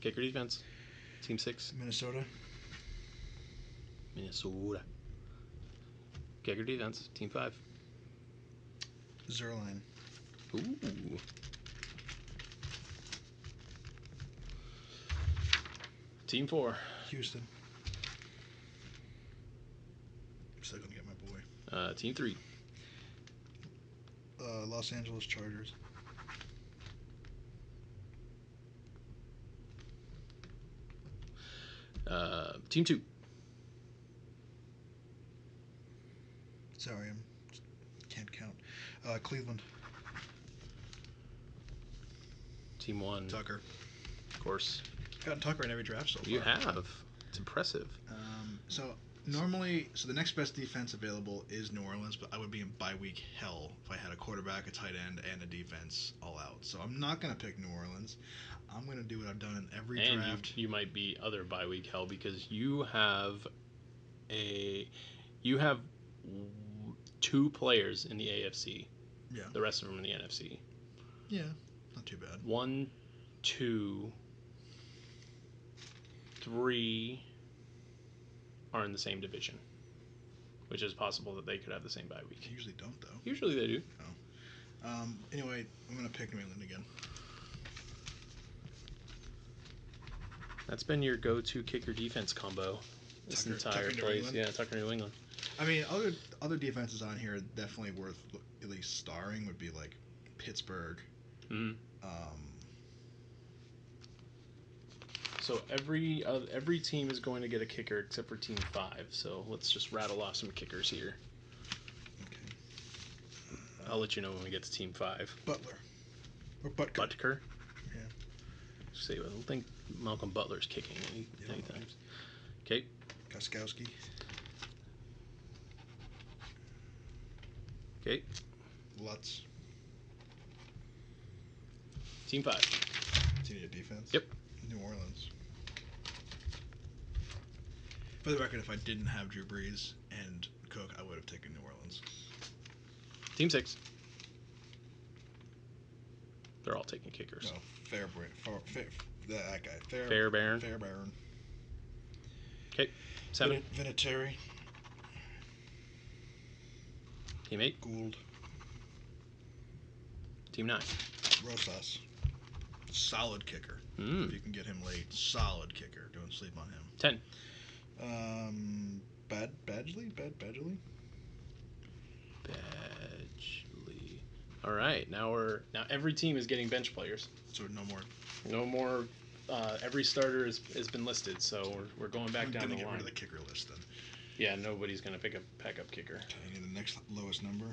Speaker 1: Kicker or defense. Team six.
Speaker 2: Minnesota.
Speaker 1: Minnesota. Kicker or defense. Team five.
Speaker 2: Zerline.
Speaker 1: Ooh. Team four.
Speaker 2: Houston. I'm still going to get my boy.
Speaker 1: Uh, team three.
Speaker 2: Uh, Los Angeles Chargers.
Speaker 1: Uh, team two.
Speaker 2: Sorry, I'm can't count. Uh, Cleveland.
Speaker 1: Team one.
Speaker 2: Tucker.
Speaker 1: Of course.
Speaker 2: Gotten Tucker in every draft so far.
Speaker 1: You have. It's impressive.
Speaker 2: Um, so normally, so the next best defense available is New Orleans, but I would be in bye week hell if I had a quarterback, a tight end, and a defense all out. So I'm not gonna pick New Orleans. I'm gonna do what I've done in every
Speaker 1: and
Speaker 2: draft.
Speaker 1: You, you might be other bye week hell because you have a you have w- two players in the AFC.
Speaker 2: Yeah.
Speaker 1: The rest of them in the NFC.
Speaker 2: yeah, not too bad.
Speaker 1: One, two, three are in the same division, which is possible that they could have the same bye
Speaker 2: You
Speaker 1: week.
Speaker 2: usually don't though.
Speaker 1: Usually they do.
Speaker 2: Um, anyway, I'm gonna pick New England again.
Speaker 1: That's been your go-to kicker defense combo this
Speaker 2: Tucker-
Speaker 1: entire
Speaker 2: Tucker, New
Speaker 1: place.
Speaker 2: England?
Speaker 1: Yeah, Tucker New England.
Speaker 2: I mean, other other defenses on here definitely worth lo- at least starring would be like Pittsburgh.
Speaker 1: Mhm.
Speaker 2: Um,
Speaker 1: So every uh, every team is going to get a kicker except for team five. So let's just rattle off some kickers here.
Speaker 2: okay.
Speaker 1: I'll let you know when we get to team five.
Speaker 2: Butler or Butker.
Speaker 1: Butker.
Speaker 2: Yeah.
Speaker 1: See, I don't think Malcolm Butler's kicking any,
Speaker 2: Yeah.
Speaker 1: any times. Okay,
Speaker 2: Koskowski.
Speaker 1: okay.
Speaker 2: Lutz.
Speaker 1: Team five.
Speaker 2: Do you need a defense?
Speaker 1: Yep.
Speaker 2: New Orleans. For the record, if I didn't have Drew Brees and Cook, I would have taken New Orleans.
Speaker 1: Team six. They're all taking kickers.
Speaker 2: No, Fairbairn. Fair, fair, that guy. Fair,
Speaker 1: Fair Baron.
Speaker 2: Fairbairn.
Speaker 1: Seven.
Speaker 2: Vin- Vinatieri.
Speaker 1: Team eight.
Speaker 2: Gould.
Speaker 1: Team nine.
Speaker 2: Rosas. Solid kicker. If
Speaker 1: Mm.
Speaker 2: you can get him late, solid kicker. Don't sleep on him.
Speaker 1: Ten.
Speaker 2: Um, Bad Badgley. Bad Badgley.
Speaker 1: Badgley. All right. Now we're now every team is getting bench players.
Speaker 2: So no more.
Speaker 1: No more. Uh, every starter has, has been listed, so we're, we're going back
Speaker 2: I'm
Speaker 1: down
Speaker 2: gonna
Speaker 1: the
Speaker 2: get
Speaker 1: line.
Speaker 2: rid of the kicker list then.
Speaker 1: Yeah, nobody's gonna pick up backup kicker.
Speaker 2: Okay, I need the next lowest number.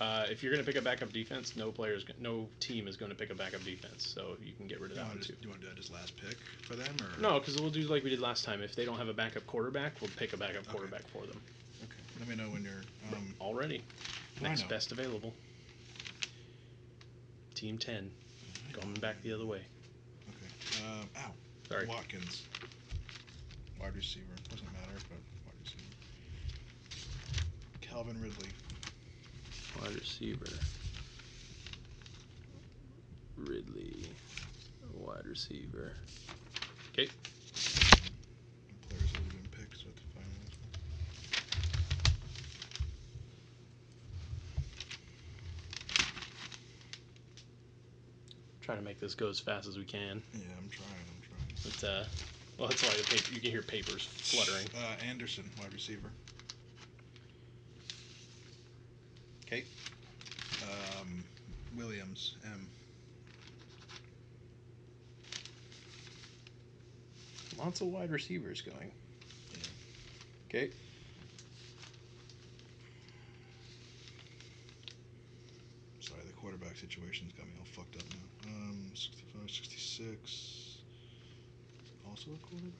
Speaker 1: Uh, if you're gonna pick a backup defense, no players, go- no team is gonna pick a backup defense, so you can get rid of
Speaker 2: Do you
Speaker 1: that
Speaker 2: want
Speaker 1: one
Speaker 2: to
Speaker 1: too.
Speaker 2: do that as last pick for them, or
Speaker 1: No, because we'll do like we did last time. If they don't have a backup quarterback, we'll pick a backup
Speaker 2: Okay.
Speaker 1: quarterback for them
Speaker 2: Okay. Let me know when you're. Um,
Speaker 1: already.
Speaker 2: I
Speaker 1: Next
Speaker 2: know.
Speaker 1: best available. Team ten, going back the other way.
Speaker 2: Okay. Um, ow.
Speaker 1: Sorry.
Speaker 2: Watkins. Wide receiver. Doesn't matter, but wide receiver. Calvin Ridley.
Speaker 1: Wide receiver. Ridley. Wide receiver.
Speaker 2: Players that have been picked with the finals.
Speaker 1: trying to make this go as fast as we can.
Speaker 2: Yeah, I'm trying. I'm trying.
Speaker 1: But uh, well, that's why the paper, you can hear papers fluttering.
Speaker 2: Uh, Anderson, wide receiver. Kate. Um, Williams, M.
Speaker 1: Lots of wide receivers going. Okay.
Speaker 2: Sorry, the quarterback situation's got me all fucked up now. Um, 65, 66. Also a quarterback?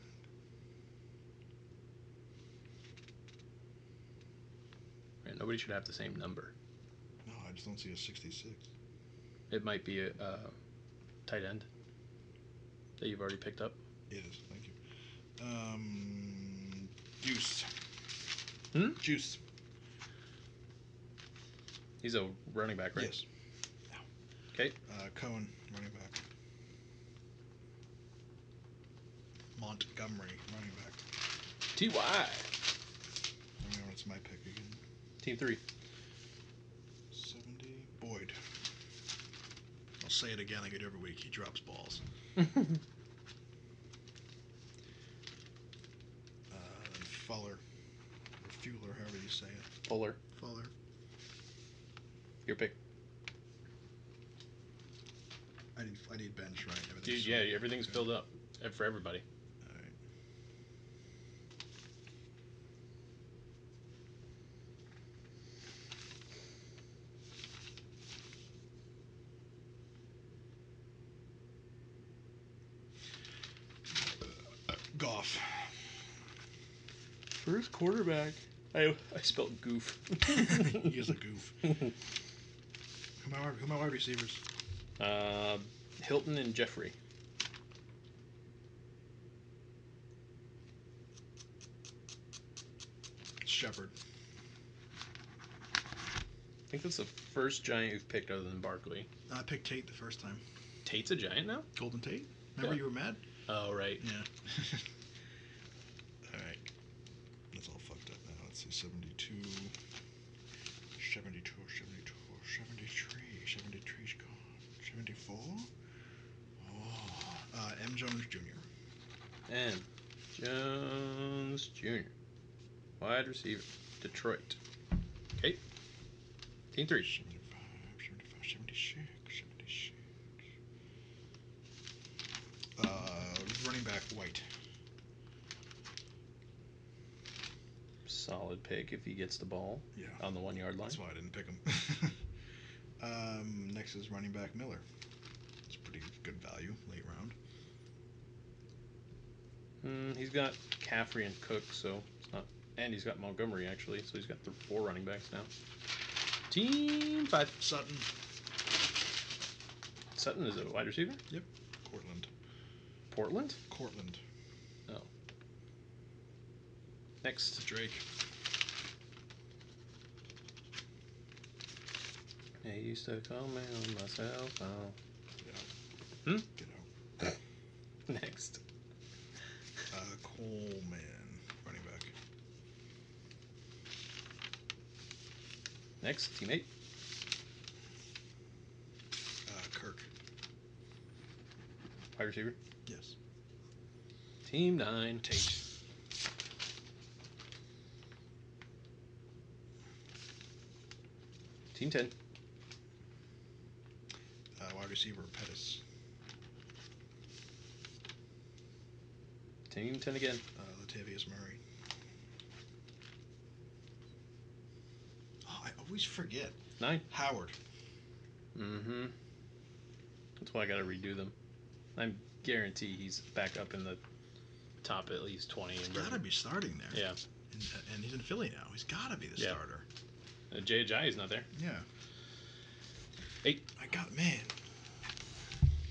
Speaker 1: Right, nobody should have the same number.
Speaker 2: No, I just don't see a 66.
Speaker 1: It might be a, uh tight end that you've already picked up.
Speaker 2: It is, thank you. Um, Juice.
Speaker 1: Hmm?
Speaker 2: Juice.
Speaker 1: He's a running back, right?
Speaker 2: Yes.
Speaker 1: Okay.
Speaker 2: Uh, Cohen, running back. Montgomery, running back.
Speaker 1: Ty
Speaker 2: I mean, it's my pick again.
Speaker 1: team three.
Speaker 2: 70. Boyd. I'll say it again like I do every week. He drops balls. Uh, and Fuller. Or Fuller, however you say it.
Speaker 1: Fuller,
Speaker 2: Fuller.
Speaker 1: your pick.
Speaker 2: I need, I need bench, right?
Speaker 1: Dude,
Speaker 2: Everything's-
Speaker 1: yeah, everything's
Speaker 2: okay.
Speaker 1: filled up eh, for everybody.
Speaker 2: Alright. Goff.
Speaker 1: First quarterback. I I spelled goof.
Speaker 2: he is a goof. Who am I? Who am I? Wide receivers.
Speaker 1: uh, Hilton and Jeffrey.
Speaker 2: Shepard.
Speaker 1: I think that's the first giant you've picked other than Barkley.
Speaker 2: I picked Tate the first time.
Speaker 1: Tate's a giant now.
Speaker 2: Golden Tate. Remember
Speaker 1: Yeah.
Speaker 2: you were mad?
Speaker 1: Oh right.
Speaker 2: Yeah. all right. That's all fucked up now. Let's see, 72, 72, 72, 73, 73 is gone. 74? Oh. Uh, M. Jones Jr.
Speaker 1: And Jones Jr. Wide receiver, Detroit. Okay. Team three.
Speaker 2: 75, 75, 76, 76. Uh, running back White.
Speaker 1: Solid pick if he gets the ball
Speaker 2: Yeah.
Speaker 1: on the one yard line.
Speaker 2: That's why I didn't pick him. um, next is running back Miller. It's pretty good value late round.
Speaker 1: Mm, he's got Caffrey and Cook, so it's not. And he's got Montgomery actually, so he's got the four running backs now. Team five.
Speaker 2: Sutton.
Speaker 1: Sutton is a wide receiver.
Speaker 2: Cortland.
Speaker 1: Portland.
Speaker 2: Cortland.
Speaker 1: Next,
Speaker 2: Drake.
Speaker 1: I used to call me on my Oh. cell phone.
Speaker 2: Get out.
Speaker 1: Hmm?
Speaker 2: Get out.
Speaker 1: Next,
Speaker 2: Uh, Coleman. Running back.
Speaker 1: next teammate.
Speaker 2: Uh, Kirk.
Speaker 1: Wide receiver.
Speaker 2: Yes.
Speaker 1: Team nine.
Speaker 2: Tate.
Speaker 1: Team ten.
Speaker 2: Uh, wide receiver Pettis.
Speaker 1: Team ten again.
Speaker 2: Uh, Latavius Murray. Oh, I always forget.
Speaker 1: Nine.
Speaker 2: Howard.
Speaker 1: Mm-hmm. That's why I gotta redo them. I guarantee he's back up in the top at least twenty.
Speaker 2: He's
Speaker 1: And
Speaker 2: gotta be starting there.
Speaker 1: Yeah.
Speaker 2: And, and he's in Philly now. He's gotta be the
Speaker 1: Yeah.
Speaker 2: starter.
Speaker 1: Uh, Jay Ajayi's not there.
Speaker 2: Yeah.
Speaker 1: Eight.
Speaker 2: I got man.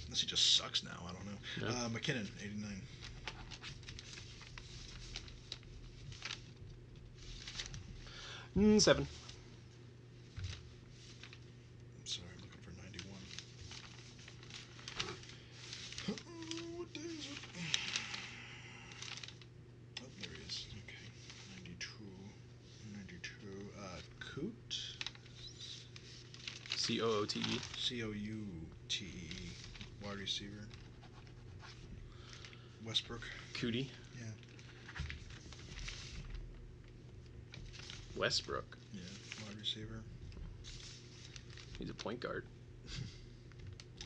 Speaker 2: Unless he just sucks now. I don't know.
Speaker 1: Yeah.
Speaker 2: Uh, McKinnon, eighty-nine.
Speaker 1: Mm, seven.
Speaker 2: I'm sorry, I'm looking for ninety-one. Uh-oh, What day is it? Oh, there he is. Okay, ninety-two. Ninety-two. Uh, Coot.
Speaker 1: C O O T E.
Speaker 2: C O U T E. wide receiver. Westbrook.
Speaker 1: Cootie.
Speaker 2: Yeah.
Speaker 1: Westbrook.
Speaker 2: Yeah. Wide receiver.
Speaker 1: He's a point guard.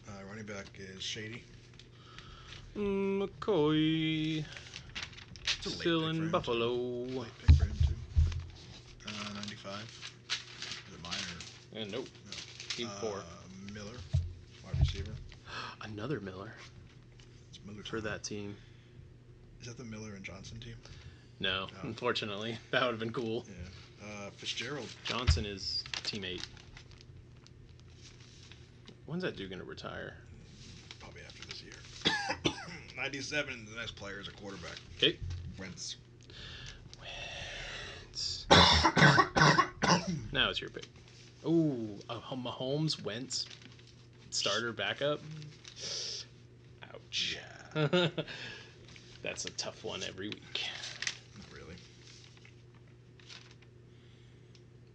Speaker 2: Uh, running back is Shady.
Speaker 1: Mm, McCoy.
Speaker 2: It's a late
Speaker 1: Still
Speaker 2: pick for him,
Speaker 1: in
Speaker 2: too.
Speaker 1: Buffalo. Uh,
Speaker 2: Late pick for him too. Uh, 95. Is it mine or
Speaker 1: And nope.
Speaker 2: No.
Speaker 1: He's
Speaker 2: uh,
Speaker 1: four.
Speaker 2: Miller, wide receiver.
Speaker 1: Another Miller
Speaker 2: It's Miller
Speaker 1: for
Speaker 2: time.
Speaker 1: that team.
Speaker 2: Is that the Miller and Johnson team?
Speaker 1: No,
Speaker 2: No.
Speaker 1: unfortunately. That would have been cool.
Speaker 2: Yeah. Uh, Fitzgerald.
Speaker 1: Johnson is teammate. When's that dude going to retire?
Speaker 2: probably after this year. 97, the next player is a quarterback.
Speaker 1: Okay.
Speaker 2: Wentz.
Speaker 1: It's- now it's your pick. Ooh, a H- Mahomes, Wentz, starter, backup. Ouch. That's a tough one every week.
Speaker 2: Not really.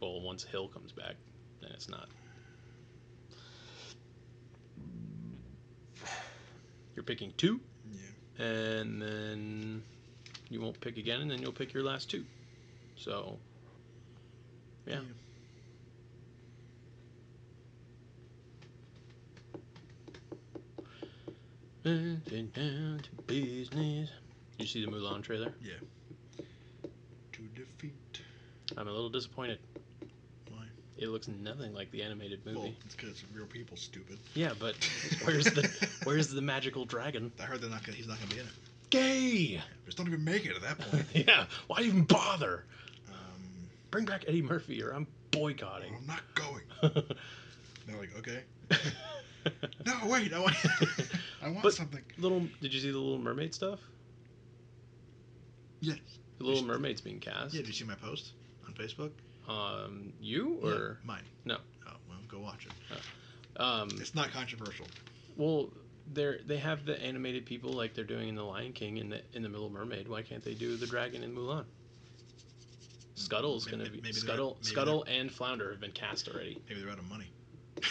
Speaker 1: Well, once Hill comes back, then it's not. You're picking two,
Speaker 2: Yeah.
Speaker 1: and then you won't pick again, and then you'll pick your last two. So, yeah. Attention down to business. You see the Mulan trailer?
Speaker 2: To defeat.
Speaker 1: I'm a little disappointed.
Speaker 2: Why?
Speaker 1: It looks nothing like the animated movie.
Speaker 2: Well, it's because real people, stupid.
Speaker 1: Yeah, but where's the where's the magical dragon?
Speaker 2: I heard they're not gonna, he's not going to be in it.
Speaker 1: Gay.
Speaker 2: Just don't even make it at that point.
Speaker 1: yeah. Why even bother?
Speaker 2: um,
Speaker 1: Bring back Eddie Murphy, or I'm
Speaker 2: well,
Speaker 1: boycotting.
Speaker 2: I'm not going. They're like, okay. No, wait. I want, I want
Speaker 1: But-
Speaker 2: something.
Speaker 1: little. Did you see the Little Mermaid stuff?
Speaker 2: Yes.
Speaker 1: The Little
Speaker 2: should-
Speaker 1: Mermaid's being cast.
Speaker 2: Yeah, did you see my post on Facebook?
Speaker 1: Um, you or
Speaker 2: No, mine?
Speaker 1: No.
Speaker 2: Oh, well, go watch it.
Speaker 1: um,
Speaker 2: It's not controversial.
Speaker 1: well, they're they have the animated people like they're doing in the Lion King and the in the Little Mermaid. Why can't they do the dragon in Mulan? Scuttle's
Speaker 2: May-
Speaker 1: gonna
Speaker 2: may-
Speaker 1: be
Speaker 2: maybe they're-
Speaker 1: Scuttle.
Speaker 2: maybe they're-
Speaker 1: Scuttle and Flounder have been cast already.
Speaker 2: Maybe they're out of money.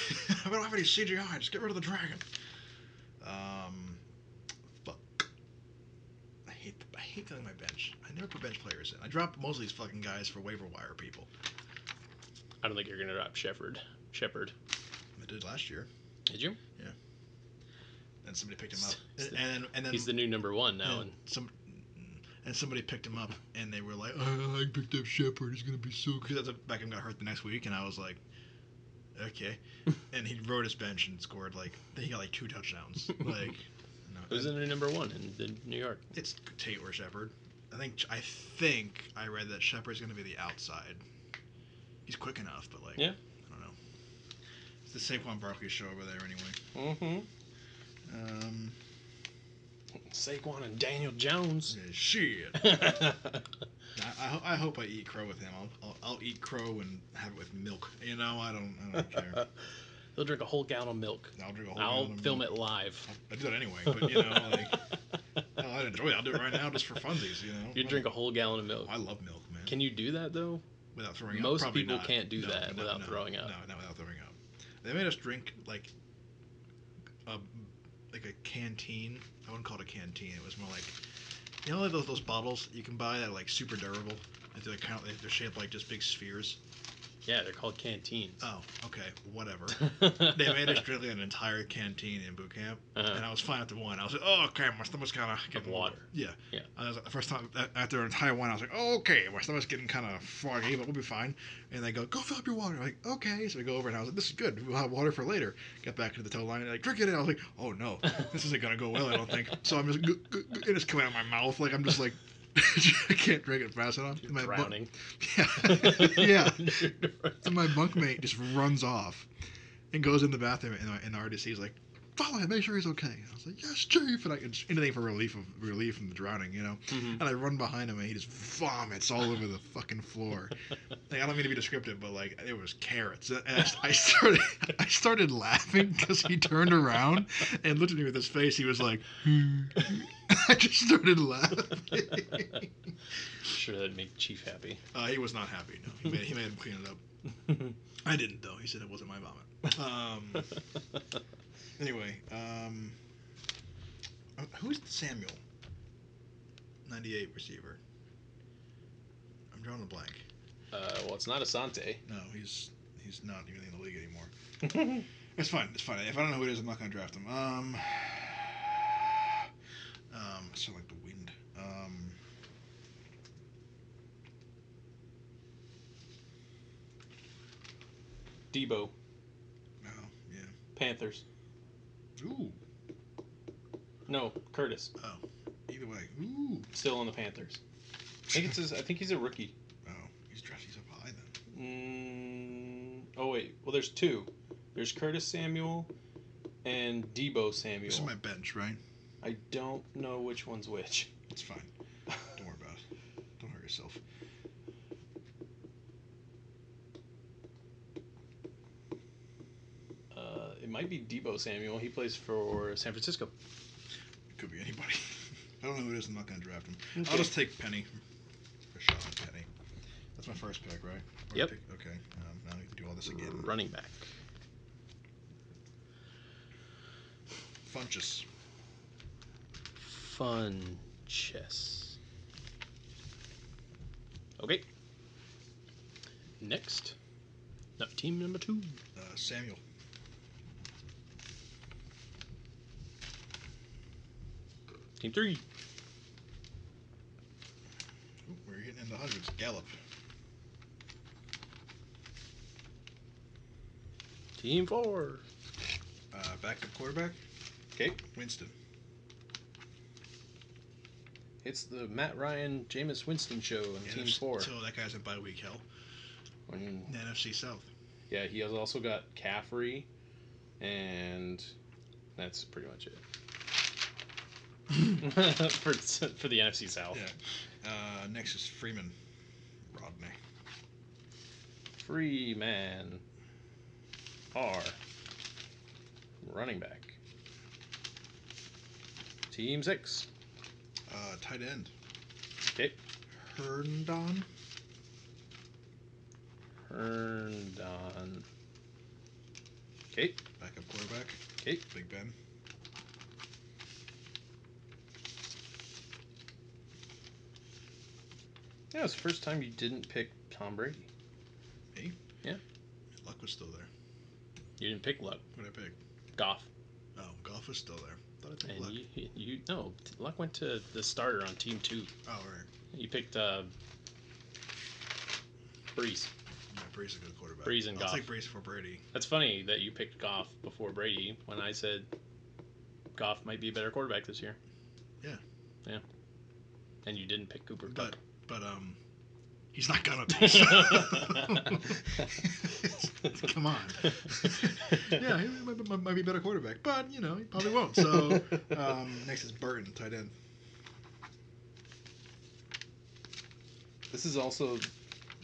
Speaker 2: I don't have any CGI. Just get rid of the dragon. Um, fuck. I hate I hate filling my bench. I never put bench players in. I drop most of these fucking guys for waiver wire people.
Speaker 1: I don't think you're gonna drop Shepherd. Shepherd.
Speaker 2: I did last year,
Speaker 1: Did you?
Speaker 2: and somebody picked him up.
Speaker 1: He's the-
Speaker 2: And and then
Speaker 1: He's the new number one now, and
Speaker 2: and some and somebody picked him up, and they were like, "Oh, I picked up Shepard. He's gonna be so good." Because Beckham got hurt the next week, and I was like, "Okay." and he rode his bench and scored like he got like two touchdowns. Like, no,
Speaker 1: who's the new number one in the New York?
Speaker 2: It's Tate or Shepard. I think I think I read that Shepard's going to be the outside. He's quick enough, but like
Speaker 1: Yeah.
Speaker 2: I don't know. It's the Saquon Barkley show over there anyway.
Speaker 1: Mm-hmm.
Speaker 2: Um,
Speaker 1: Saquon and Daniel Jones.
Speaker 2: yeah, shit.
Speaker 1: That's
Speaker 2: I, I, ho- I hope I eat crow with him. I'll, I'll I'll eat crow and have it with milk. You know I don't I don't care.
Speaker 1: He'll drink a whole gallon of milk.
Speaker 2: I'll drink a whole.
Speaker 1: I'll
Speaker 2: gallon of
Speaker 1: film
Speaker 2: milk.
Speaker 1: it live.
Speaker 2: I do that anyway, but you know like no, I'd enjoy it. I'll do it right now just for funsies. You know.
Speaker 1: You drink a whole gallon of milk.
Speaker 2: I love milk, man.
Speaker 1: Can you do that though?
Speaker 2: without throwing up.
Speaker 1: Most
Speaker 2: Probably
Speaker 1: people
Speaker 2: not.
Speaker 1: can't do
Speaker 2: No,
Speaker 1: that
Speaker 2: no,
Speaker 1: without
Speaker 2: no,
Speaker 1: throwing up.
Speaker 2: No, not without throwing up. They made us drink like a like a canteen. I wouldn't call it a canteen. It was more like you know like those those bottles you can buy that are like super durable. Like, They're kind of they're shaped like just big spheres.
Speaker 1: Yeah, they're called canteens.
Speaker 2: Oh, okay, whatever. they made us drink like, an entire canteen in boot camp,
Speaker 1: Uh-huh.
Speaker 2: and I was fine after one. I was like, "Oh, okay, my stomach's kind of getting
Speaker 1: water.
Speaker 2: Yeah,
Speaker 1: Yeah.
Speaker 2: I was like, the first time a- after an entire one, I was like, "Oh, okay, my stomach's getting kind of foggy, but we'll be fine." And they go, "Go fill up your water." I'm like, "Okay," so we go over, and I was like, "This is good. We'll have water for later." Got back to the tow line, and like, drink it. And I was like, "Oh no, this isn't gonna go well. I don't think." So I'm just, g- g- g- it is coming out of my mouth. Like I'm just like, I can't drink it fast enough.
Speaker 1: You're
Speaker 2: My bu-
Speaker 1: drowning.
Speaker 2: yeah, yeah. And my bunkmate just runs off and goes in the bathroom, and, and the RDC is like, "Follow him, make sure he's okay." And I was like, "Yes, chief," and I it's anything for relief of relief from the drowning, you know.
Speaker 1: Mhm.
Speaker 2: And I run behind him, and he just vomits all over the fucking floor. like I don't mean to be descriptive, but like it was carrots. And I, I started, I started laughing because he turned around and looked at me with his face. He was like, "Hmm." I just started laughing.
Speaker 1: Sure, that'd make Chief happy. Uh,
Speaker 2: Uh, he was not happy. No, he made, he made him clean it up. I didn't though. He said it wasn't my vomit. Um, Anyway, um, uh, who's the Samuel? Ninety-eight receiver. I'm drawing a blank.
Speaker 1: Uh, well, it's not Asante.
Speaker 2: No, he's he's not even in the league anymore. It's fine. It's fine. If I don't know who it is, I'm not gonna draft him. Um, um, I sound like the wind. Um,
Speaker 1: Debo,
Speaker 2: no, yeah.
Speaker 1: Panthers.
Speaker 2: Ooh.
Speaker 1: No, Curtis,
Speaker 2: Either way. Ooh.
Speaker 1: still on the Panthers. I think it's his, I think he's a rookie.
Speaker 2: Oh, he's drafted up high then.
Speaker 1: Mm, oh wait, well there's two. There's Curtis Samuel and Debo Samuel.
Speaker 2: This is my bench, right?
Speaker 1: I don't know which one's which.
Speaker 2: It's fine. Don't worry about it. Don't hurt yourself.
Speaker 1: Uh, it might be Debo Samuel. He plays for San Francisco.
Speaker 2: It could be anybody. I don't know who it is. I'm not gonna draft him.
Speaker 1: Okay.
Speaker 2: I'll just take Penny. Or Sean Penny. That's my first pick, right? Or
Speaker 1: Yep.
Speaker 2: pick- okay. Um, now you can do all this again.
Speaker 1: Running back.
Speaker 2: Funchess.
Speaker 1: Fun chess. Okay. Next. Now, team number two.
Speaker 2: Uh, Samuel.
Speaker 1: Team three.
Speaker 2: Ooh, we're getting into hundreds. Gallup.
Speaker 1: Team four.
Speaker 2: Uh, backup quarterback.
Speaker 1: Okay.
Speaker 2: Winston.
Speaker 1: It's the Matt Ryan, Jameis Winston show on
Speaker 2: Yeah,
Speaker 1: Team
Speaker 2: that's-
Speaker 1: Four.
Speaker 2: So that guy's in bye week hell.
Speaker 1: When-
Speaker 2: The NFC South.
Speaker 1: yeah, he has also got Caffrey, and that's pretty much it for for the NFC South.
Speaker 2: Yeah. Uh, next is Freeman. Rodney.
Speaker 1: Free man. R. Running back. Team six.
Speaker 2: Uh, tight end.
Speaker 1: Okay.
Speaker 2: Herndon.
Speaker 1: Herndon. Okay.
Speaker 2: Backup quarterback.
Speaker 1: Okay.
Speaker 2: Big Ben.
Speaker 1: Yeah, it's the first time you didn't pick Tom Brady.
Speaker 2: Luck was still there.
Speaker 1: You didn't pick Luck.
Speaker 2: What did I pick?
Speaker 1: Goff.
Speaker 2: Oh, golf was still there. Thought I picked
Speaker 1: And
Speaker 2: Luck.
Speaker 1: you, you, you no, Luck went to the starter on team two.
Speaker 2: Oh, right.
Speaker 1: You picked uh, Breeze.
Speaker 2: Yeah, Brees is a good quarterback.
Speaker 1: Brees and
Speaker 2: I'll
Speaker 1: Goff.
Speaker 2: take Brees before Brady.
Speaker 1: That's funny that you picked Goff before Brady when I said Goff might be a better quarterback this year.
Speaker 2: Yeah.
Speaker 1: Yeah. And you didn't pick Cooper Cup.
Speaker 2: But but um, he's not gonna be. Come on. yeah, he might, might- might be a better quarterback, but you know he probably won't. So um, next is Burton, tight end.
Speaker 1: This is also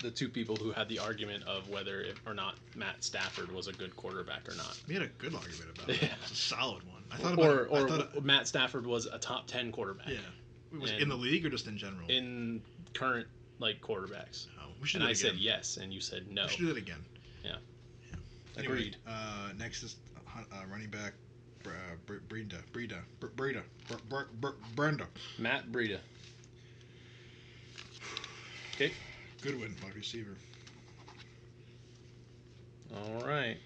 Speaker 1: the two people who had the argument of whether if, or not Matt Stafford was a good quarterback or not.
Speaker 2: We had a good argument about it.
Speaker 1: Yeah.
Speaker 2: It's a solid one. I thought about
Speaker 1: or
Speaker 2: it. I
Speaker 1: or
Speaker 2: thought it-
Speaker 1: Matt Stafford was a top 10 quarterback
Speaker 2: yeah. Was it
Speaker 1: And-
Speaker 2: in the league or just in general?
Speaker 1: in current like quarterbacks.
Speaker 2: oh, we should
Speaker 1: And
Speaker 2: do
Speaker 1: I
Speaker 2: it
Speaker 1: said
Speaker 2: again.
Speaker 1: yes, and you said no.
Speaker 2: We should do that again.
Speaker 1: Yeah.
Speaker 2: Yeah. Anyway,
Speaker 1: Agreed.
Speaker 2: uh, next is uh, uh, running back Br- uh, Br- Breda. Breda. Br- Breda. Br- Br- Br- Brenda.
Speaker 1: Matt Breida.
Speaker 2: Goodwin, wide receiver.
Speaker 1: All right.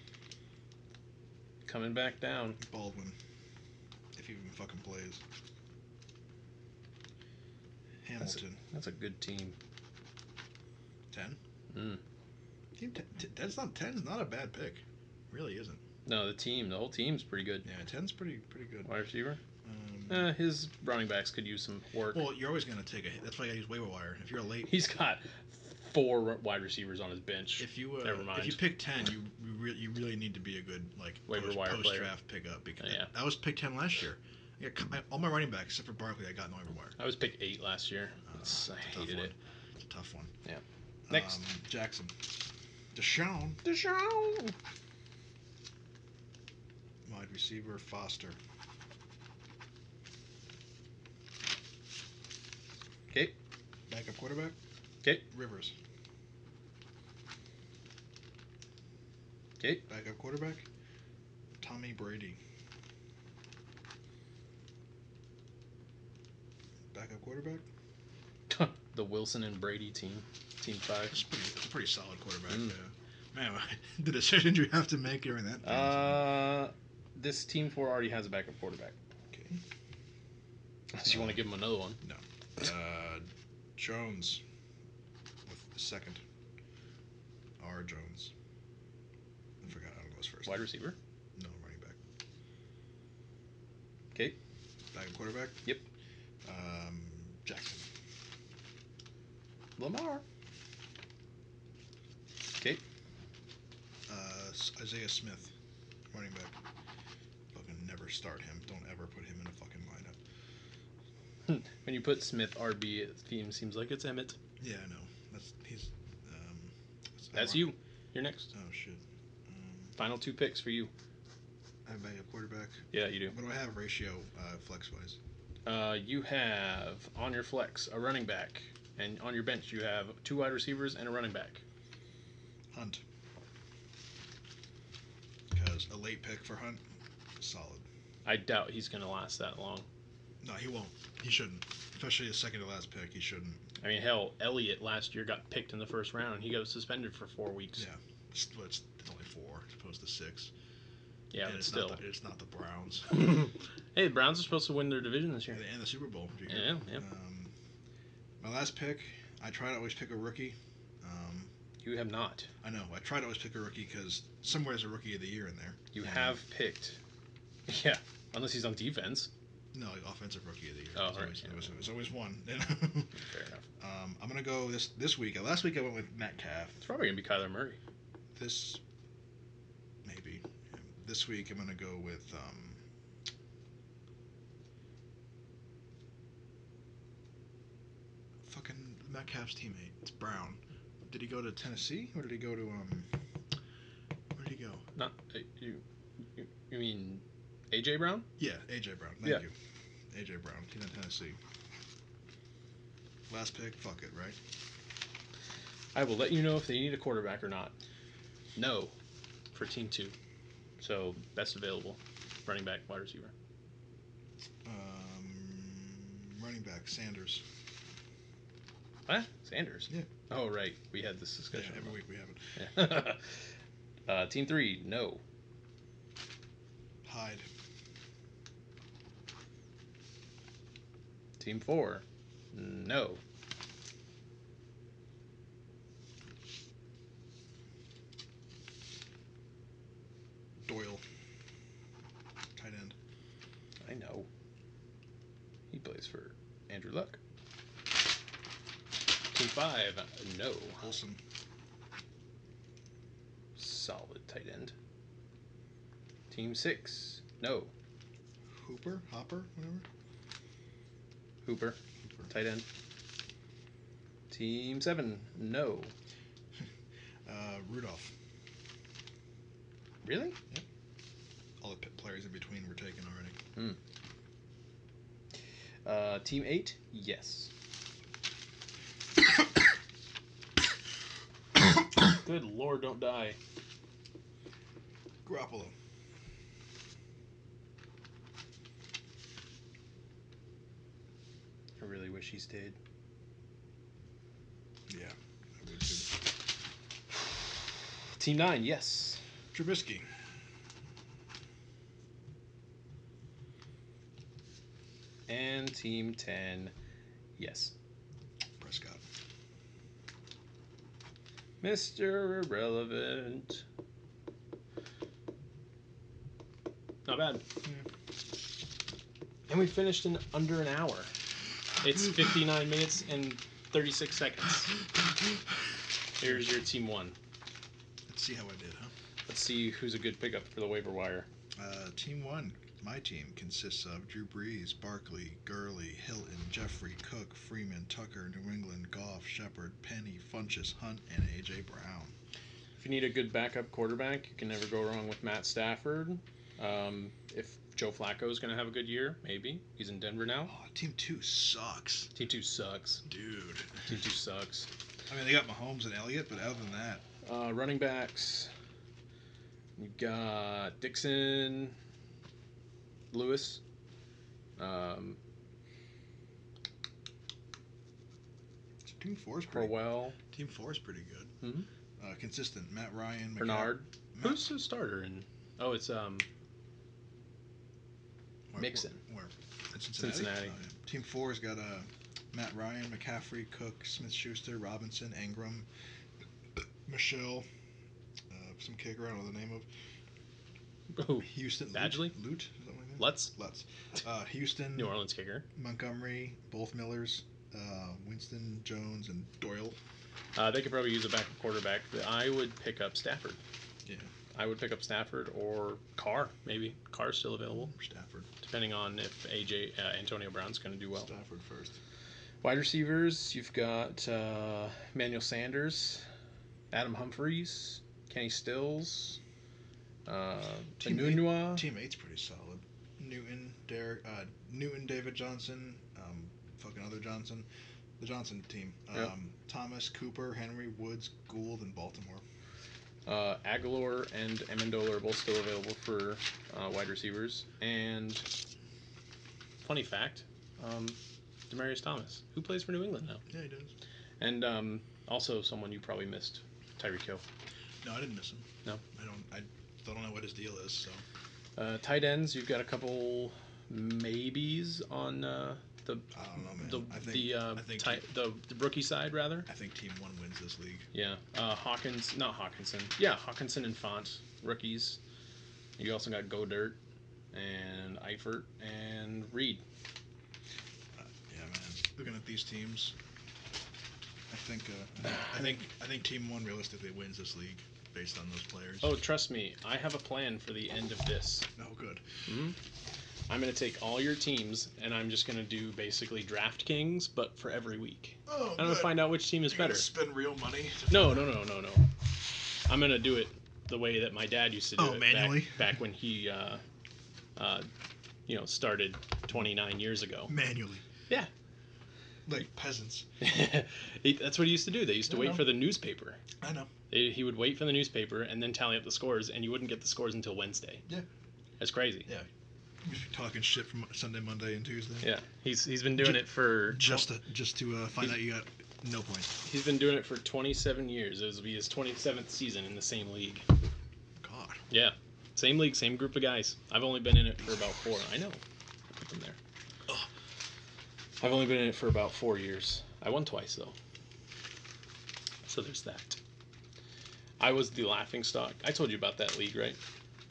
Speaker 1: Coming back down.
Speaker 2: Baldwin. If he even fucking plays. Hamilton.
Speaker 1: That's a good team.
Speaker 2: 10.
Speaker 1: Mm.
Speaker 2: Team ten, t- that's not 10's not a bad pick. Really isn't.
Speaker 1: No, the team, the whole team's pretty good.
Speaker 2: Yeah, 10's pretty pretty good.
Speaker 1: Wide receiver.
Speaker 2: Um,
Speaker 1: Eh, his running backs could use some work.
Speaker 2: well, you're always going to take a hit. That's why I use waiver wire. If you're late,
Speaker 1: He's got four ru- wide receivers on his bench.
Speaker 2: If you uh,
Speaker 1: Never
Speaker 2: if you
Speaker 1: mind.
Speaker 2: pick ten, you you, re- you really need to be a good like
Speaker 1: Waiver
Speaker 2: post,
Speaker 1: wire player.
Speaker 2: draft pickup because
Speaker 1: Yeah.
Speaker 2: I was pick ten last year. I got, cu- I- all my running backs except for Barkley, I got in the waiver wire.
Speaker 1: I was pick eight last year. That's- I
Speaker 2: it's Ah, a tough
Speaker 1: hated
Speaker 2: one.
Speaker 1: it.
Speaker 2: It's a tough one.
Speaker 1: Yeah. Next.
Speaker 2: um, Jackson, Deshaun,
Speaker 1: Deshaun.
Speaker 2: wide receiver Foster,
Speaker 1: Okay.
Speaker 2: backup quarterback.
Speaker 1: 'Kay.
Speaker 2: Rivers.
Speaker 1: 'Kay.
Speaker 2: Backup quarterback. Tommy Brady. backup quarterback.
Speaker 1: the Wilson and Brady team, team five.
Speaker 2: It's pretty, it's a pretty solid quarterback.
Speaker 1: Mm.
Speaker 2: Yeah. Man, the decision you have to make during that. thing.
Speaker 1: Uh, this team four already has a backup quarterback.
Speaker 2: okay.
Speaker 1: Unless you want to give him another one.
Speaker 2: Uh, Jones with the second. R. Jones. I forgot how it goes first.
Speaker 1: Wide receiver.
Speaker 2: No, running back.
Speaker 1: 'Kay.
Speaker 2: Backup quarterback?
Speaker 1: Yep.
Speaker 2: Um, Jackson.
Speaker 1: Lamar. Okay.
Speaker 2: Uh, S- Isaiah Smith, running back. Fucking never start him. Don't ever put him in a fucking lineup.
Speaker 1: When you put Smith RB, it seems, seems like it's Emmett.
Speaker 2: Yeah, I know. That's he's. Um, it's
Speaker 1: That's
Speaker 2: ironic-
Speaker 1: you. You're next.
Speaker 2: Oh shit. Um,
Speaker 1: Final two picks for you.
Speaker 2: I have a quarterback.
Speaker 1: Yeah, you
Speaker 2: What do I have ratio uh, flex wise?
Speaker 1: do. Uh, you have on your flex a running back, and on your bench you have two wide receivers and a running back.
Speaker 2: Hunt. Because a late pick for Hunt, solid.
Speaker 1: I doubt he's going to last that long.
Speaker 2: No, he won't. He shouldn't. Especially his second to last pick, he shouldn't.
Speaker 1: I mean, hell, Elliott last year got picked in the first round, and he got suspended for four weeks.
Speaker 2: Yeah. It's, well, it's, it's only four as opposed to six.
Speaker 1: Yeah,
Speaker 2: and
Speaker 1: but
Speaker 2: it's
Speaker 1: still.
Speaker 2: Not the, it's not the Browns.
Speaker 1: hey, the Browns are supposed to win their division this year.
Speaker 2: and, the, and the Super Bowl. did you hear?
Speaker 1: Yeah, yeah.
Speaker 2: Um, my last pick, I try to always pick a rookie. Um,
Speaker 1: You have not.
Speaker 2: I know. I try to always pick a rookie because somewhere there's a rookie of the year in there.
Speaker 1: You
Speaker 2: Yeah.
Speaker 1: have picked. Yeah, unless he's on defense.
Speaker 2: No, like offensive rookie of the year.
Speaker 1: Oh,
Speaker 2: There's
Speaker 1: right,
Speaker 2: always,
Speaker 1: yeah.
Speaker 2: there's always- there's always one.
Speaker 1: Fair enough.
Speaker 2: um, I'm gonna go this this week. Uh, Last week I went with Metcalf.
Speaker 1: It's probably gonna be Kyler Murray.
Speaker 2: This maybe this week I'm gonna go with um, fucking Metcalf's teammate. It's Brown. Did he go to Tennessee or did he go to um? Where did he go?
Speaker 1: Not uh, you. You, you mean AJ Brown?
Speaker 2: Yeah, AJ Brown. Thank
Speaker 1: Yeah.
Speaker 2: you. AJ Brown. He's in Tennessee. Last pick. Fuck it. Right.
Speaker 1: I will let you know if they need a quarterback or not. No, for team two. So best available, running back, wide receiver.
Speaker 2: Um, running back Sanders.
Speaker 1: What? Sanders.
Speaker 2: Yeah.
Speaker 1: Oh right, we had this discussion.
Speaker 2: every week we have it.
Speaker 1: about- uh, team three, no.
Speaker 2: Hyde.
Speaker 1: Team four, no.
Speaker 2: Doyle. Tight end.
Speaker 1: I know. He plays for Andrew Luck. Team five, no.
Speaker 2: Wilson.
Speaker 1: Solid tight end. Team six, no.
Speaker 2: Hooper. Hopper. Whatever.
Speaker 1: Hooper,
Speaker 2: Hooper.
Speaker 1: tight end. Team seven, no.
Speaker 2: Uh, Rudolph.
Speaker 1: Really?
Speaker 2: All the p- players in between were taken already.
Speaker 1: Uh, team eight, yes. Good lord, don't die.
Speaker 2: Garoppolo.
Speaker 1: I really wish he stayed.
Speaker 2: Yeah. I would too.
Speaker 1: Team nine, yes.
Speaker 2: Trubisky.
Speaker 1: And team ten, yes.
Speaker 2: Prescott.
Speaker 1: Mr. Irrelevant. Not bad. And we finished in under an hour. It's 59 minutes and 36 seconds. Here's your team one.
Speaker 2: Let's see how I did, huh?
Speaker 1: Let's see who's a good pickup for the waiver wire.
Speaker 2: Uh, team one, my team, consists of Drew Brees, Barkley, Gurley, Hilton, Jeffrey, Cook, Freeman, Tucker, New England, Goff, Shepard, Penny, Funches, Hunt, and A.J. Brown.
Speaker 1: If you need a good backup quarterback, you can never go wrong with Matt Stafford. Um, if Joe Flacco is going to have a good year, maybe. He's in Denver now.
Speaker 2: Oh, team two sucks.
Speaker 1: Team two sucks.
Speaker 2: Dude.
Speaker 1: Team two sucks.
Speaker 2: I mean, they got Mahomes and Elliott, but other than that,
Speaker 1: Uh, running backs. You've got Dixon, Lewis, um,
Speaker 2: Team four is pretty.
Speaker 1: Crowell,
Speaker 2: Team four is pretty good.
Speaker 1: Mhm.
Speaker 2: Uh, consistent. Matt Ryan. McCa-
Speaker 1: Bernard.
Speaker 2: Matt-
Speaker 1: Who's the starter in? Oh, it's um
Speaker 2: where-
Speaker 1: Mixon.
Speaker 2: Where? in Cincinnati.
Speaker 1: Cincinnati.
Speaker 2: Oh, yeah. Team four's got uh, Matt Ryan, McCaffrey, Cook, Smith, Schuster, Robinson, Ingram, Michelle, uh, some kicker I don't know the name of.
Speaker 1: oh,
Speaker 2: Houston.
Speaker 1: Badgley?
Speaker 2: Lute. Lute? Is that what his name
Speaker 1: Lutz,
Speaker 2: is? Lutz. Uh, Houston.
Speaker 1: New Orleans kicker.
Speaker 2: Montgomery, both Millers, uh, Winston, Jones, and Doyle.
Speaker 1: Uh, they could probably use a backup quarterback. I would pick up Stafford.
Speaker 2: Yeah.
Speaker 1: I would pick up Stafford or Carr. Maybe Carr's still available,
Speaker 2: Stafford.
Speaker 1: depending on if AJ uh, Antonio Brown's going to do well.
Speaker 2: Stafford first.
Speaker 1: Wide receivers, you've got uh, Manuel Sanders, Adam Humphreys, Kenny Stills, uh,
Speaker 2: Team
Speaker 1: Anunua.
Speaker 2: Team eight's pretty solid. Newton, Derek, uh, Newton, David Johnson, um, fucking other Johnson, the Johnson team. Um,
Speaker 1: Yep.
Speaker 2: Thomas, Cooper, Henry, Woods, Gould, and Baltimore.
Speaker 1: Uh, Aguilar and Amendola are both still available for uh, wide receivers. And funny fact, um, Demarius Thomas, who plays for New England now,
Speaker 2: Yeah, he does.
Speaker 1: and um, also someone you probably missed, Tyreek Hill.
Speaker 2: No, I didn't miss him.
Speaker 1: No.
Speaker 2: I don't. I don't know what his deal is. So
Speaker 1: Uh, tight ends, you've got a couple maybes on uh, the
Speaker 2: I don't know, Oh, man.
Speaker 1: the
Speaker 2: I think
Speaker 1: the, uh,
Speaker 2: I think
Speaker 1: tight, the the rookie side rather.
Speaker 2: I think Team One wins this league.
Speaker 1: Yeah, uh, Hawkins, not Hawkinson. Yeah, Hawkinson and Font, rookies. You also got Godert and Eifert and Reed.
Speaker 2: Yeah, man. Looking at these teams, I think uh, I think I think Team One realistically wins this league based on those players.
Speaker 1: Oh, trust me, I have a plan for the end of this.
Speaker 2: no, good.
Speaker 1: I'm gonna take all your teams and I'm just gonna do basically DraftKings, but for every week.
Speaker 2: Oh,
Speaker 1: I'm gonna find out which team is better.
Speaker 2: Spend real money.
Speaker 1: No, no, no, no, no. I'm gonna do it the way that my dad used to do
Speaker 2: Oh,
Speaker 1: it
Speaker 2: manually?
Speaker 1: Back, back when he, uh, uh, you know, started 29 years ago.
Speaker 2: manually,
Speaker 1: Yeah,
Speaker 2: like peasants.
Speaker 1: He- that's what he used to do. They used to
Speaker 2: I
Speaker 1: wait
Speaker 2: know.
Speaker 1: for the newspaper.
Speaker 2: I know.
Speaker 1: They, he would wait for the newspaper and then tally up the scores, and you wouldn't get the scores until Wednesday.
Speaker 2: Yeah.
Speaker 1: that's crazy.
Speaker 2: Yeah. You should be talking shit from Sunday, Monday, and Tuesday.
Speaker 1: Yeah, he's he's been doing
Speaker 2: Ju-
Speaker 1: it for
Speaker 2: Just to, just to uh, find out you got no points.
Speaker 1: he's been doing it for 27 years. This will be his 27th season in the same league.
Speaker 2: God.
Speaker 1: Yeah, same league, same group of guys. I've only been in it for about four. I know. I put them there.
Speaker 2: Ugh.
Speaker 1: I've only been in it for about four years. I won twice though. So there's that. I was the laughing stock. I told you about that league, right?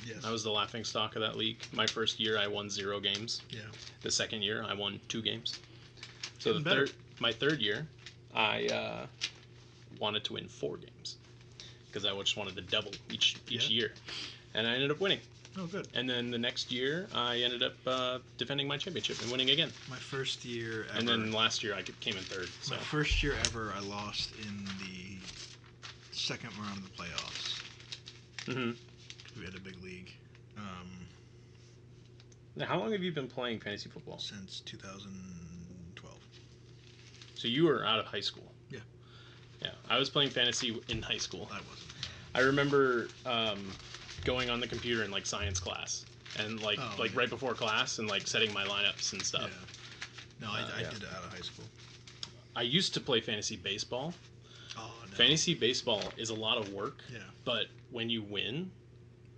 Speaker 2: Yes.
Speaker 1: I was the laughing stock of that league. My first year, I won zero games.
Speaker 2: Yeah.
Speaker 1: The second year, I won two games. So the
Speaker 2: Getting better.
Speaker 1: third, my third year, I uh, wanted to win four games because I just wanted to double each each
Speaker 2: Yeah.
Speaker 1: year, and I ended up winning.
Speaker 2: Oh, good.
Speaker 1: And then the next year, I ended up uh, defending my championship and winning again.
Speaker 2: My first year ever.
Speaker 1: And then last year, I came in third. So
Speaker 2: My first year ever, I lost in the second round of the playoffs.
Speaker 1: Mhm.
Speaker 2: We had a big league um,
Speaker 1: now, how long have you been playing fantasy football?
Speaker 2: since 2012.
Speaker 1: So you were out of high school.
Speaker 2: Yeah.
Speaker 1: Yeah, I was playing fantasy in high school.
Speaker 2: I wasn't.
Speaker 1: I remember um, going on the computer in like science class and like
Speaker 2: Oh,
Speaker 1: like
Speaker 2: yeah.
Speaker 1: right before class and like setting my lineups and stuff.
Speaker 2: Yeah. No, I,
Speaker 1: Uh,
Speaker 2: I
Speaker 1: yeah.
Speaker 2: did it out of high school.
Speaker 1: I used to play fantasy baseball.
Speaker 2: Oh no.
Speaker 1: Fantasy baseball is a lot of work,
Speaker 2: Yeah.
Speaker 1: but when you win,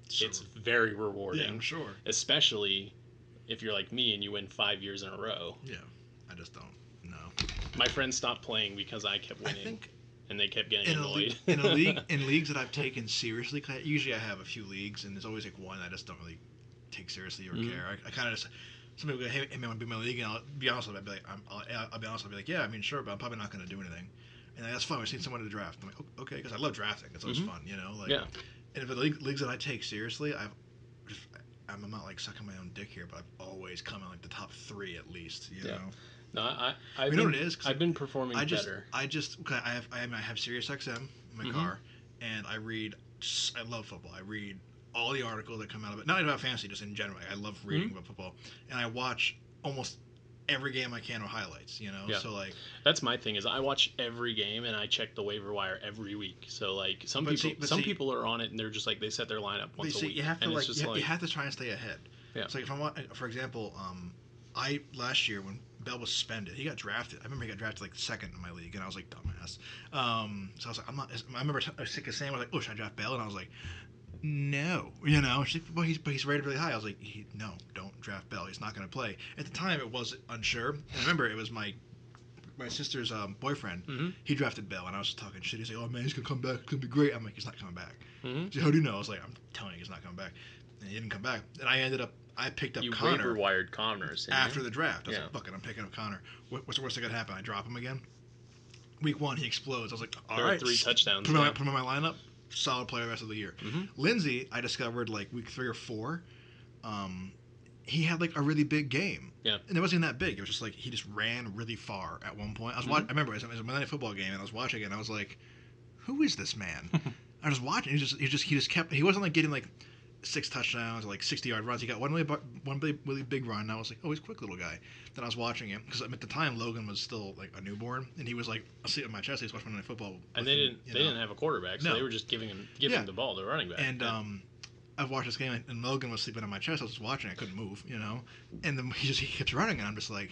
Speaker 2: So-
Speaker 1: it's very rewarding,
Speaker 2: yeah, I'm sure.
Speaker 1: especially if you're like me and you win 5 years in a row.
Speaker 2: Yeah. I just don't. No.
Speaker 1: My friends stopped playing because I kept
Speaker 2: I
Speaker 1: winning
Speaker 2: think
Speaker 1: and they kept getting
Speaker 2: in a,
Speaker 1: annoyed.
Speaker 2: league, in a league in leagues that I've taken seriously, 'cause I- usually I have a few leagues, and there's always like one I just don't really take seriously or
Speaker 1: Mhm.
Speaker 2: care. I, I kind of just some people go, "Hey, hey man, want to be in my league?" And I'll be honest with them. I'll be like, I'm, I'll, I'll be honest. I'll be like, "Yeah, I mean, sure, but I'm probably not going to do anything." And that's fine. We've seen someone to draft. I'm like, "Oh, okay, because I love drafting. It's always
Speaker 1: Mhm.
Speaker 2: fun, you know. Like,
Speaker 1: Yeah.
Speaker 2: And if the league, leagues that I take seriously, I've just I'm not like sucking my own dick here, but I've always come in like the top three at least. You
Speaker 1: Yeah.
Speaker 2: know.
Speaker 1: no, I I- I've
Speaker 2: You know
Speaker 1: been,
Speaker 2: what it is? 'Cause
Speaker 1: I've been performing
Speaker 2: I just,
Speaker 1: better.
Speaker 2: I just, 'cause I have, I have, I have Sirius XM in my
Speaker 1: Mhm.
Speaker 2: car, and I read. s- I love football. I read all the articles that come out of it. Not even about fantasy, just in general. I love reading
Speaker 1: Mm-hmm.
Speaker 2: about football, and I watch almost every game I can with highlights. You know,
Speaker 1: Yeah.
Speaker 2: so like,
Speaker 1: That's my thing is I watch every game and I check the waiver wire every week. So like some
Speaker 2: But
Speaker 1: people
Speaker 2: see- but
Speaker 1: some
Speaker 2: see-
Speaker 1: people are on it and they're just like they set their lineup
Speaker 2: but you
Speaker 1: once
Speaker 2: see,
Speaker 1: a week.
Speaker 2: you have to
Speaker 1: and
Speaker 2: like
Speaker 1: it's
Speaker 2: you,
Speaker 1: just
Speaker 2: ha- you
Speaker 1: like
Speaker 2: have to try and stay ahead.
Speaker 1: Yeah.
Speaker 2: So like if I want, for example, um, I last year when Bell was suspended. He got drafted. I remember he got drafted like second in my league, and I was like dumbass. Um, so I was like, I'm not. I remember I was sick of Sam. I was like, oh, should I draft Bell? And I was like, no, you know. She's like, well, he's but he's rated really high. I was like, he, no, don't draft Bell. He's not going to play. At the time, it was unsure. And I remember it was my my sister's um, boyfriend.
Speaker 1: Mhm.
Speaker 2: He drafted Bell, and I was just talking shit. He's like, oh man, he's gonna come back. It's gonna be great. I'm like, he's not coming back.
Speaker 1: Mhm.
Speaker 2: She's like, How do you know? I was like, I'm telling you, he's not coming back. And he didn't come back. And I ended up, I picked up
Speaker 1: You
Speaker 2: Connor
Speaker 1: waiver wired Connors didn't you?
Speaker 2: after the draft. I was
Speaker 1: Yeah.
Speaker 2: like, fuck it, I'm picking up Connor. What, what's the worst that could happen? I drop him again. Week one, he explodes. I was like, all
Speaker 1: There
Speaker 2: right,
Speaker 1: were three
Speaker 2: s-
Speaker 1: touchdowns.
Speaker 2: Put him,
Speaker 1: yeah.
Speaker 2: on- put him in my lineup. Solid player the rest of the year.
Speaker 1: Mhm.
Speaker 2: Lindsey, I discovered like week three or four. Um, he had like a really big game.
Speaker 1: Yeah.
Speaker 2: And it wasn't even that big. It was just like he just ran really far at one point. I was watching.
Speaker 1: Mm-hmm.
Speaker 2: I remember it was, it was a Monday night football game, and I was watching it. and I was like, "Who is this man?" I was watching. He just he just he just kept. He wasn't like getting like six touchdowns or like sixty yard runs. He got one really bu- one really, really big run. And I was like, "Oh, he's a quick little guy." Then I was watching him because at the time Logan was still like a newborn, and he was like asleep on my chest. He was watching Monday night football. with
Speaker 1: And they
Speaker 2: him,
Speaker 1: didn't.
Speaker 2: you
Speaker 1: They
Speaker 2: know?
Speaker 1: didn't have a quarterback, so
Speaker 2: No.
Speaker 1: they were just giving him giving
Speaker 2: Yeah.
Speaker 1: him the ball to the running back.
Speaker 2: And
Speaker 1: Yeah.
Speaker 2: um, I've watched this game, and Logan was sleeping on my chest. I was just watching. I couldn't move, you know. And then he just he kept running, and I'm just like,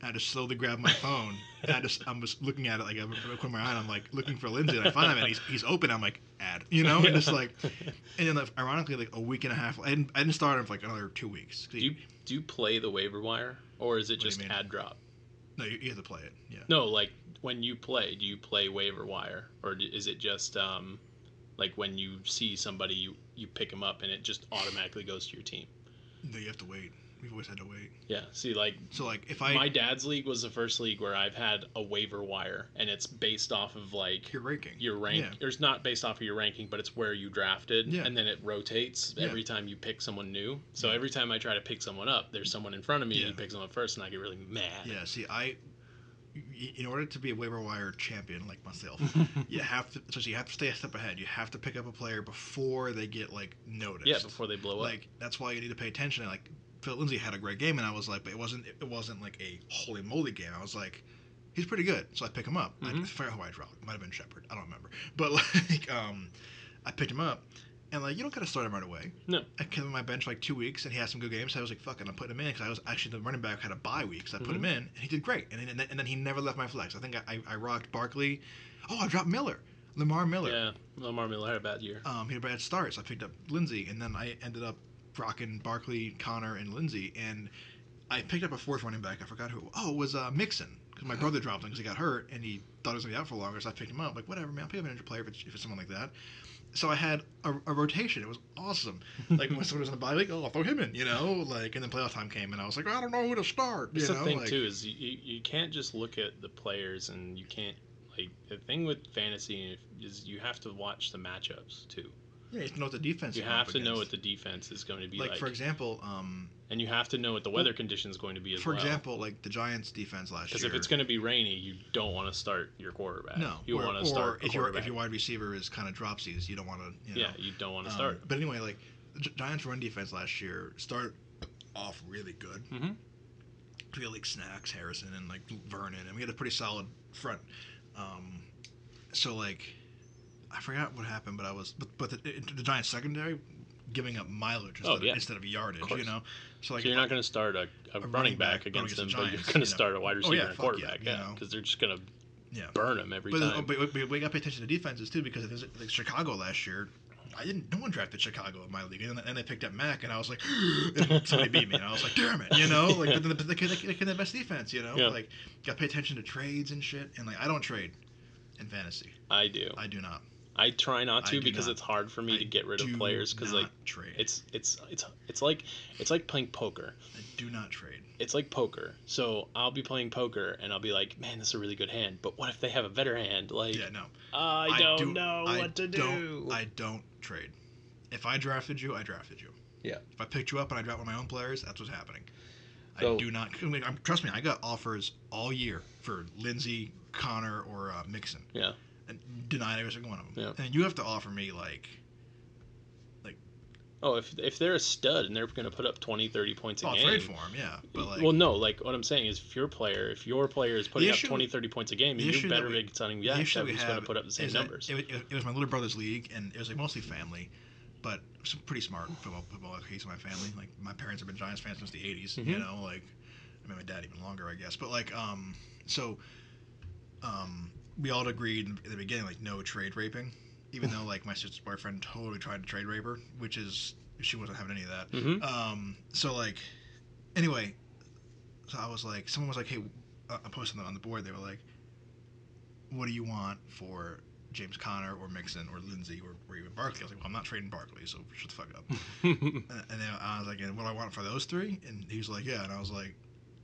Speaker 2: I just slowly grabbed my phone. and I just I'm just looking at it like I'm putting my eye. on it, I'm like looking for Lindsay, and I find him, and he's he's open. I'm like, ad, you know, and it's like, and then like, ironically, like a week and a half. I didn't I didn't start him for like another two weeks. 'Cause
Speaker 1: do
Speaker 2: he-
Speaker 1: you do you play the waiver wire, or is it
Speaker 2: do you
Speaker 1: just
Speaker 2: mean?
Speaker 1: ad drop?
Speaker 2: no, you, you have to play it. Yeah.
Speaker 1: No, like when you play, do you play waiver wire, or d- is it just um, like when you see somebody, you you pick them up and it just automatically goes to your team?
Speaker 2: No, you have to wait. We've always had to wait.
Speaker 1: Yeah. See, like
Speaker 2: So like if I
Speaker 1: my dad's league was the first league where I've had a waiver wire, and it's based off of like
Speaker 2: you're ranking,
Speaker 1: your rank.
Speaker 2: Yeah.
Speaker 1: Or it's not based off of your ranking, but it's where you drafted,
Speaker 2: Yeah.
Speaker 1: and then it rotates
Speaker 2: Yeah.
Speaker 1: every time you pick someone new. So every time I try to pick someone up, there's someone in front of me
Speaker 2: Yeah.
Speaker 1: who picks them up first, and I get really mad.
Speaker 2: Yeah, see, I, y- y- in order to be a waiver wire champion like myself, you have to. So you have to stay a step ahead. You have to pick up a player before they get like noticed.
Speaker 1: Yeah, before they blow up.
Speaker 2: like that's why you need to pay attention. And, Like Phil Lindsay had a great game, and I was like, but it wasn't. It wasn't like a holy moly game. I was like, he's pretty good, so I pick him up. I
Speaker 1: Mhm.
Speaker 2: forget who I dropped. It might have been Shepard. I don't remember. But like, um, I picked him up. And like you don't gotta start him right away.
Speaker 1: No.
Speaker 2: I kept him on my bench like two weeks, and he had some good games. So I was like, "Fuck it, I'm putting him in." Because I was actually the running back had a bye week, so I put
Speaker 1: Mhm.
Speaker 2: him in, and he did great. And then, and then, and then he never left my flex. I think I, I, I rocked Barkley. Oh, I dropped Miller, Lamar Miller.
Speaker 1: yeah, Lamar Miller had a bad year.
Speaker 2: Um, he had a bad start, so I picked up Lindsey, and then I ended up rocking Barkley, Connor, and Lindsey. And I picked up a fourth running back. I forgot who. Oh, it was uh, Mixon. 'Cause
Speaker 1: Uh-huh.
Speaker 2: my brother dropped him because he got hurt, and he thought he was gonna be out for longer. So I picked him up. Like whatever, man. I'll pick up an injured player if it's, if it's someone like that. So I had a, a rotation. It was awesome. Like when someone was in the bye week, oh, I'll throw him in. You know, like and then playoff time came, and I was like, I don't know who to start. You
Speaker 1: That's
Speaker 2: know,
Speaker 1: the thing
Speaker 2: like,
Speaker 1: too is you, you you can't just look at the players and you can't like the thing with fantasy is you have to watch the matchups too.
Speaker 2: Yeah, you have to know what the defense.
Speaker 1: You
Speaker 2: you're up
Speaker 1: have to know what
Speaker 2: against.
Speaker 1: the defense is going to be
Speaker 2: like,
Speaker 1: like,
Speaker 2: for example, um,
Speaker 1: and you have to know what the weather condition is going to be as
Speaker 2: for
Speaker 1: well.
Speaker 2: example, like the Giants defense last year.
Speaker 1: because if it's going to be rainy, you don't want to start your quarterback.
Speaker 2: No,
Speaker 1: you
Speaker 2: or-
Speaker 1: want
Speaker 2: or
Speaker 1: to start a
Speaker 2: if your if
Speaker 1: quarterback.
Speaker 2: your wide receiver is kind of dropsies, you don't want to. You know,
Speaker 1: yeah, you don't want to
Speaker 2: um,
Speaker 1: start.
Speaker 2: But anyway, like the Gi- Giants' run defense last year started off really good.
Speaker 1: Mhm.
Speaker 2: We had like Snacks, Harrison, and like Vernon, and we had a pretty solid front. Um, so like, I forgot what happened, but I was but, but the, it- the Giants secondary giving up mileage instead,
Speaker 1: Oh, yeah.
Speaker 2: of, instead of yardage, you
Speaker 1: course.
Speaker 2: know. So like,
Speaker 1: so you're not going to start a, a, running back against them,
Speaker 2: the
Speaker 1: but you're
Speaker 2: Giants,
Speaker 1: going
Speaker 2: you
Speaker 1: to
Speaker 2: know.
Speaker 1: start a wide
Speaker 2: Oh,
Speaker 1: receiver
Speaker 2: yeah,
Speaker 1: and a
Speaker 2: fuck yeah,
Speaker 1: quarterback.
Speaker 2: you
Speaker 1: Yeah,
Speaker 2: know.
Speaker 1: because they're just going to
Speaker 2: yeah.
Speaker 1: burn them every
Speaker 2: But, uh,
Speaker 1: time.
Speaker 2: but, but we got to pay attention to defenses too because if there's, like Chicago last year, I didn't. No one drafted Chicago in my league, and then and they picked up Mac, and I was like, and somebody beat me, and I was like, damn it, you know, like but, then, but they can they can the best defense, you know,
Speaker 1: Yeah.
Speaker 2: like got to pay attention to trades and shit, and like I don't trade in fantasy,
Speaker 1: I do.
Speaker 2: I do not.
Speaker 1: I try not
Speaker 2: I
Speaker 1: to
Speaker 2: do
Speaker 1: because
Speaker 2: not.
Speaker 1: it's hard for me
Speaker 2: I
Speaker 1: to get rid of
Speaker 2: do
Speaker 1: players because
Speaker 2: not
Speaker 1: like
Speaker 2: trade,
Speaker 1: it's it's it's it's like it's like playing poker.
Speaker 2: I do not trade.
Speaker 1: It's like poker. So I'll be playing poker and I'll be like, man, this is a really good hand. But what if they have a better hand? Like "Ah,
Speaker 2: Yeah, no,
Speaker 1: I
Speaker 2: I
Speaker 1: don't
Speaker 2: do-
Speaker 1: know
Speaker 2: I
Speaker 1: what to
Speaker 2: don't-
Speaker 1: do.
Speaker 2: I don't trade. If I drafted you, I drafted you.
Speaker 1: Yeah.
Speaker 2: If I picked you up and I dropped one of my own players, that's what's happening. I
Speaker 1: So-
Speaker 2: do not. I mean, I'm, trust me, I got offers all year for Lindsey, Connor, or uh, Mixon,
Speaker 1: yeah.
Speaker 2: and denied every single one of them.
Speaker 1: Yeah.
Speaker 2: And you have to offer me like,
Speaker 1: Oh, if if they're a stud and they're going to put up 20, 30 points a
Speaker 2: oh, I'll
Speaker 1: game.
Speaker 2: trade for him, yeah. But like,
Speaker 1: well, no, like what I'm saying is if your player, if your player is putting
Speaker 2: issue-
Speaker 1: up 20, 30 points a game,
Speaker 2: the
Speaker 1: you
Speaker 2: issue that
Speaker 1: better
Speaker 2: we-
Speaker 1: be signing
Speaker 2: the
Speaker 1: yeah,
Speaker 2: issue
Speaker 1: that
Speaker 2: we
Speaker 1: who's
Speaker 2: have
Speaker 1: going to put up the same
Speaker 2: is that
Speaker 1: numbers.
Speaker 2: It, was- it, it was my little brother's league, and it was like mostly family, but some pretty smart football football case in my family. Like my parents have been Giants fans since the '80s. You
Speaker 1: Mhm.
Speaker 2: know, like I mean, my dad even longer, I guess. But like, um, so, um, we all agreed in the beginning, like, no trade raping, even though like my sister's boyfriend totally tried to trade rape her, which is she wasn't having any of that.
Speaker 1: Mm-hmm.
Speaker 2: Um, so like, anyway, so I was like, someone was like, hey, uh, I posted on the board. They were like, what do you want for James Conner or Mixon or Lindsey or, or even Barkley? I was like, well, I'm not trading Barkley, so shut the fuck up.
Speaker 1: Hmm.
Speaker 2: And and then I was like, and what do I want for those three? And he was like, yeah. And I was like,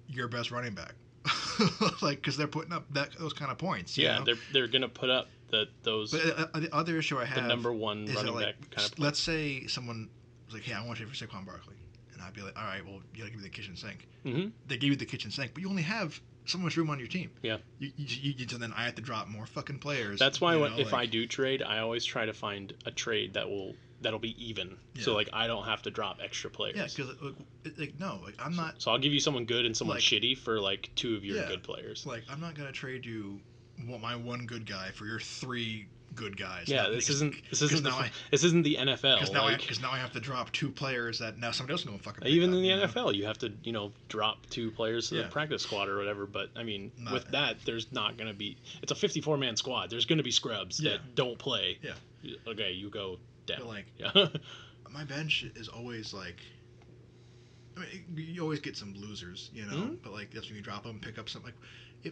Speaker 2: your best running back. like, because they're putting up that those kind of points. you
Speaker 1: yeah,
Speaker 2: know?
Speaker 1: they're they're gonna put up the those
Speaker 2: But uh, uh, the other issue I
Speaker 1: the
Speaker 2: have
Speaker 1: number one
Speaker 2: is that,
Speaker 1: running
Speaker 2: like,
Speaker 1: back kind of.
Speaker 2: let's say someone was like, hey, I want you for Saquon Barkley. And I'd be like, all right, well, you got to give me the kitchen sink.
Speaker 1: Mhm.
Speaker 2: They give you the kitchen sink, but you only have so much room on your team.
Speaker 1: Yeah.
Speaker 2: You, you, you, so then I have to drop more fucking players.
Speaker 1: That's why
Speaker 2: you
Speaker 1: when,
Speaker 2: know,
Speaker 1: if I
Speaker 2: like-
Speaker 1: do trade, I always try to find a trade that will that'll be even. So
Speaker 2: Yeah.
Speaker 1: like I don't have to drop extra players.
Speaker 2: Yeah, because, like, it- like, no, like, I'm not.
Speaker 1: So I'll give you someone good and someone
Speaker 2: Like-
Speaker 1: shitty for like two of your
Speaker 2: Yeah.
Speaker 1: good players.
Speaker 2: It's like I'm not gonna trade you what my one good guy for your three good guys.
Speaker 1: Yeah,
Speaker 2: Now-
Speaker 1: this
Speaker 2: 'cause-
Speaker 1: isn't this isn't the,
Speaker 2: now I-
Speaker 1: this isn't the NFL.
Speaker 2: Because now, I-
Speaker 1: like,
Speaker 2: 'cause now I have to drop two players that now somebody else can go fucking. pick
Speaker 1: even
Speaker 2: up,
Speaker 1: in the
Speaker 2: you know?
Speaker 1: NFL, you have to you know drop two players to the
Speaker 2: Yeah.
Speaker 1: practice squad or whatever. But I mean,
Speaker 2: Not-
Speaker 1: with that, there's not going to be it's a 54 man squad. There's going to be scrubs
Speaker 2: Yeah.
Speaker 1: that don't play.
Speaker 2: Yeah.
Speaker 1: Y- Okay, you go
Speaker 2: But
Speaker 1: down.
Speaker 2: like
Speaker 1: yeah.
Speaker 2: my bench is always like. I mean, you always get some losers, you know.
Speaker 1: Mhm.
Speaker 2: But like that's when you drop them, pick up something. Like,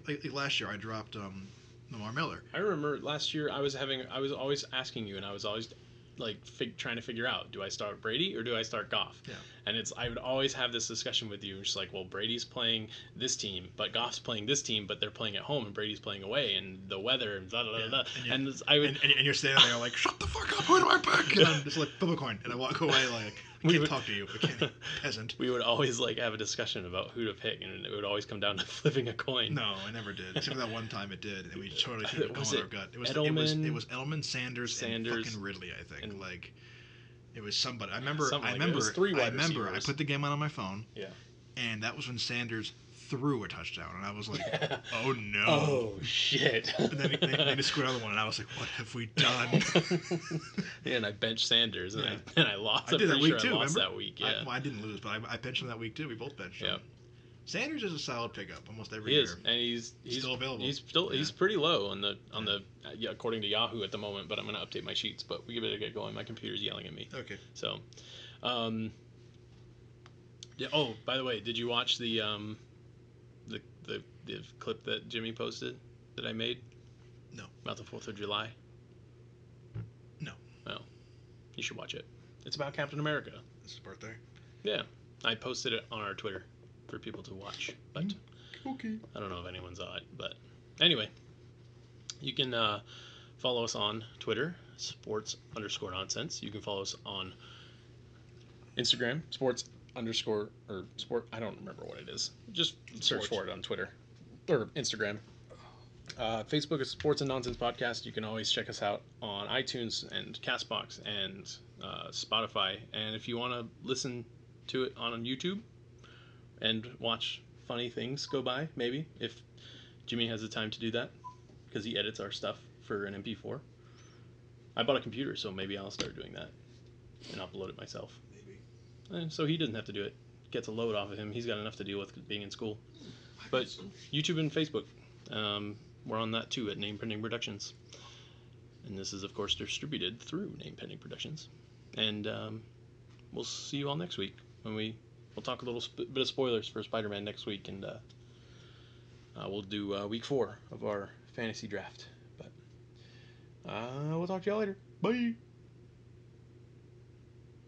Speaker 2: it, like, like last year, I dropped um, Lamar Miller.
Speaker 1: I remember last year I was having I was always asking you and I was always like fig- trying to figure out do I start Brady or do I start Goff?
Speaker 2: Yeah.
Speaker 1: And it's I would always have this discussion with you, just like well Brady's playing this team, but Goff's playing this team, but they're playing at home and Brady's playing away and the weather and blah blah blah.
Speaker 2: Yeah.
Speaker 1: blah.
Speaker 2: And you-
Speaker 1: And, this- I would
Speaker 2: And, and, and you're standing there like, shut the fuck up! Who do I pick? And I'm just like, flip a coin, and I walk away like, I
Speaker 1: We
Speaker 2: can't
Speaker 1: would-
Speaker 2: talk to you, I can't, peasant.
Speaker 1: we would always like have a discussion about who to pick, and it would always come down to flipping a coin.
Speaker 2: No, I never did. Except for that one time it did, and we totally should have
Speaker 1: Was
Speaker 2: gone with our
Speaker 1: it
Speaker 2: gut. It was it was
Speaker 1: Edelman?
Speaker 2: it was Edelman, Sanders, and
Speaker 1: Sanders
Speaker 2: fucking Ridley. I think
Speaker 1: and-
Speaker 2: like it was somebody. I remember.
Speaker 1: Something
Speaker 2: I
Speaker 1: like that. It
Speaker 2: remember.
Speaker 1: was three
Speaker 2: I
Speaker 1: wide
Speaker 2: remember.
Speaker 1: receivers.
Speaker 2: I put the game on on my phone.
Speaker 1: Yeah.
Speaker 2: And that was when Sanders threw a touchdown, and I was like, "Oh no!"
Speaker 1: Oh shit!
Speaker 2: And then they, they just scored another one, and I was like, "What have we done?"
Speaker 1: yeah, and I benched Sanders, and,
Speaker 2: Yeah.
Speaker 1: I, and I lost.
Speaker 2: I
Speaker 1: I'm
Speaker 2: did that
Speaker 1: pretty
Speaker 2: week
Speaker 1: sure
Speaker 2: too,
Speaker 1: I lost
Speaker 2: remember?
Speaker 1: that week.
Speaker 2: I,
Speaker 1: Yeah,
Speaker 2: well, I didn't lose, but I, I benched him that week too. We both benched
Speaker 1: Yeah.
Speaker 2: him. Sanders is a solid pickup almost every
Speaker 1: he
Speaker 2: year.
Speaker 1: is, and he's he's
Speaker 2: Still available.
Speaker 1: He's still he's
Speaker 2: Yeah.
Speaker 1: pretty low on the on the uh, yeah, according to Yahoo at the moment. But I'm gonna update my sheets. But we give it a get going. My computer's yelling at me.
Speaker 2: Okay.
Speaker 1: So, um, yeah. Oh, by the way, did you watch the um, the the, the clip that Jimmy posted that I made?
Speaker 2: No.
Speaker 1: About the Fourth of July.
Speaker 2: No.
Speaker 1: No. You should watch it. It's about Captain America.
Speaker 2: This is birthday.
Speaker 1: I posted it on our Twitter for people to watch, but
Speaker 2: Okay.
Speaker 1: I don't know if anyone saw it. But anyway, you can uh, follow us on Twitter, sports underscore nonsense. You can follow us on Instagram, sports underscore or sport. I don't remember what it is. Just search
Speaker 2: Sports.
Speaker 1: for it on Twitter or Instagram. Uh, Facebook is Sports and Nonsense Podcast. You can always check us out on iTunes and Castbox and uh, Spotify. And if you want to listen to it on YouTube and watch funny things go by, maybe if Jimmy has the time to do that because he edits our stuff for an MP4. I bought a computer, so maybe I'll start doing that and upload it myself.
Speaker 2: Maybe.
Speaker 1: And so he doesn't have to do it. Gets a load off of him. He's got enough to deal with being in school. But- YouTube and Facebook. Um, we're on that too at Name Pending Productions. And this is, of course, distributed through Name Pending Productions. And um, we'll see you all next week when we we'll talk a little sp- bit of spoilers for Spider-Man next week, and uh, uh, we'll do uh, week four of our fantasy draft. But uh, we'll talk to y'all later. Bye.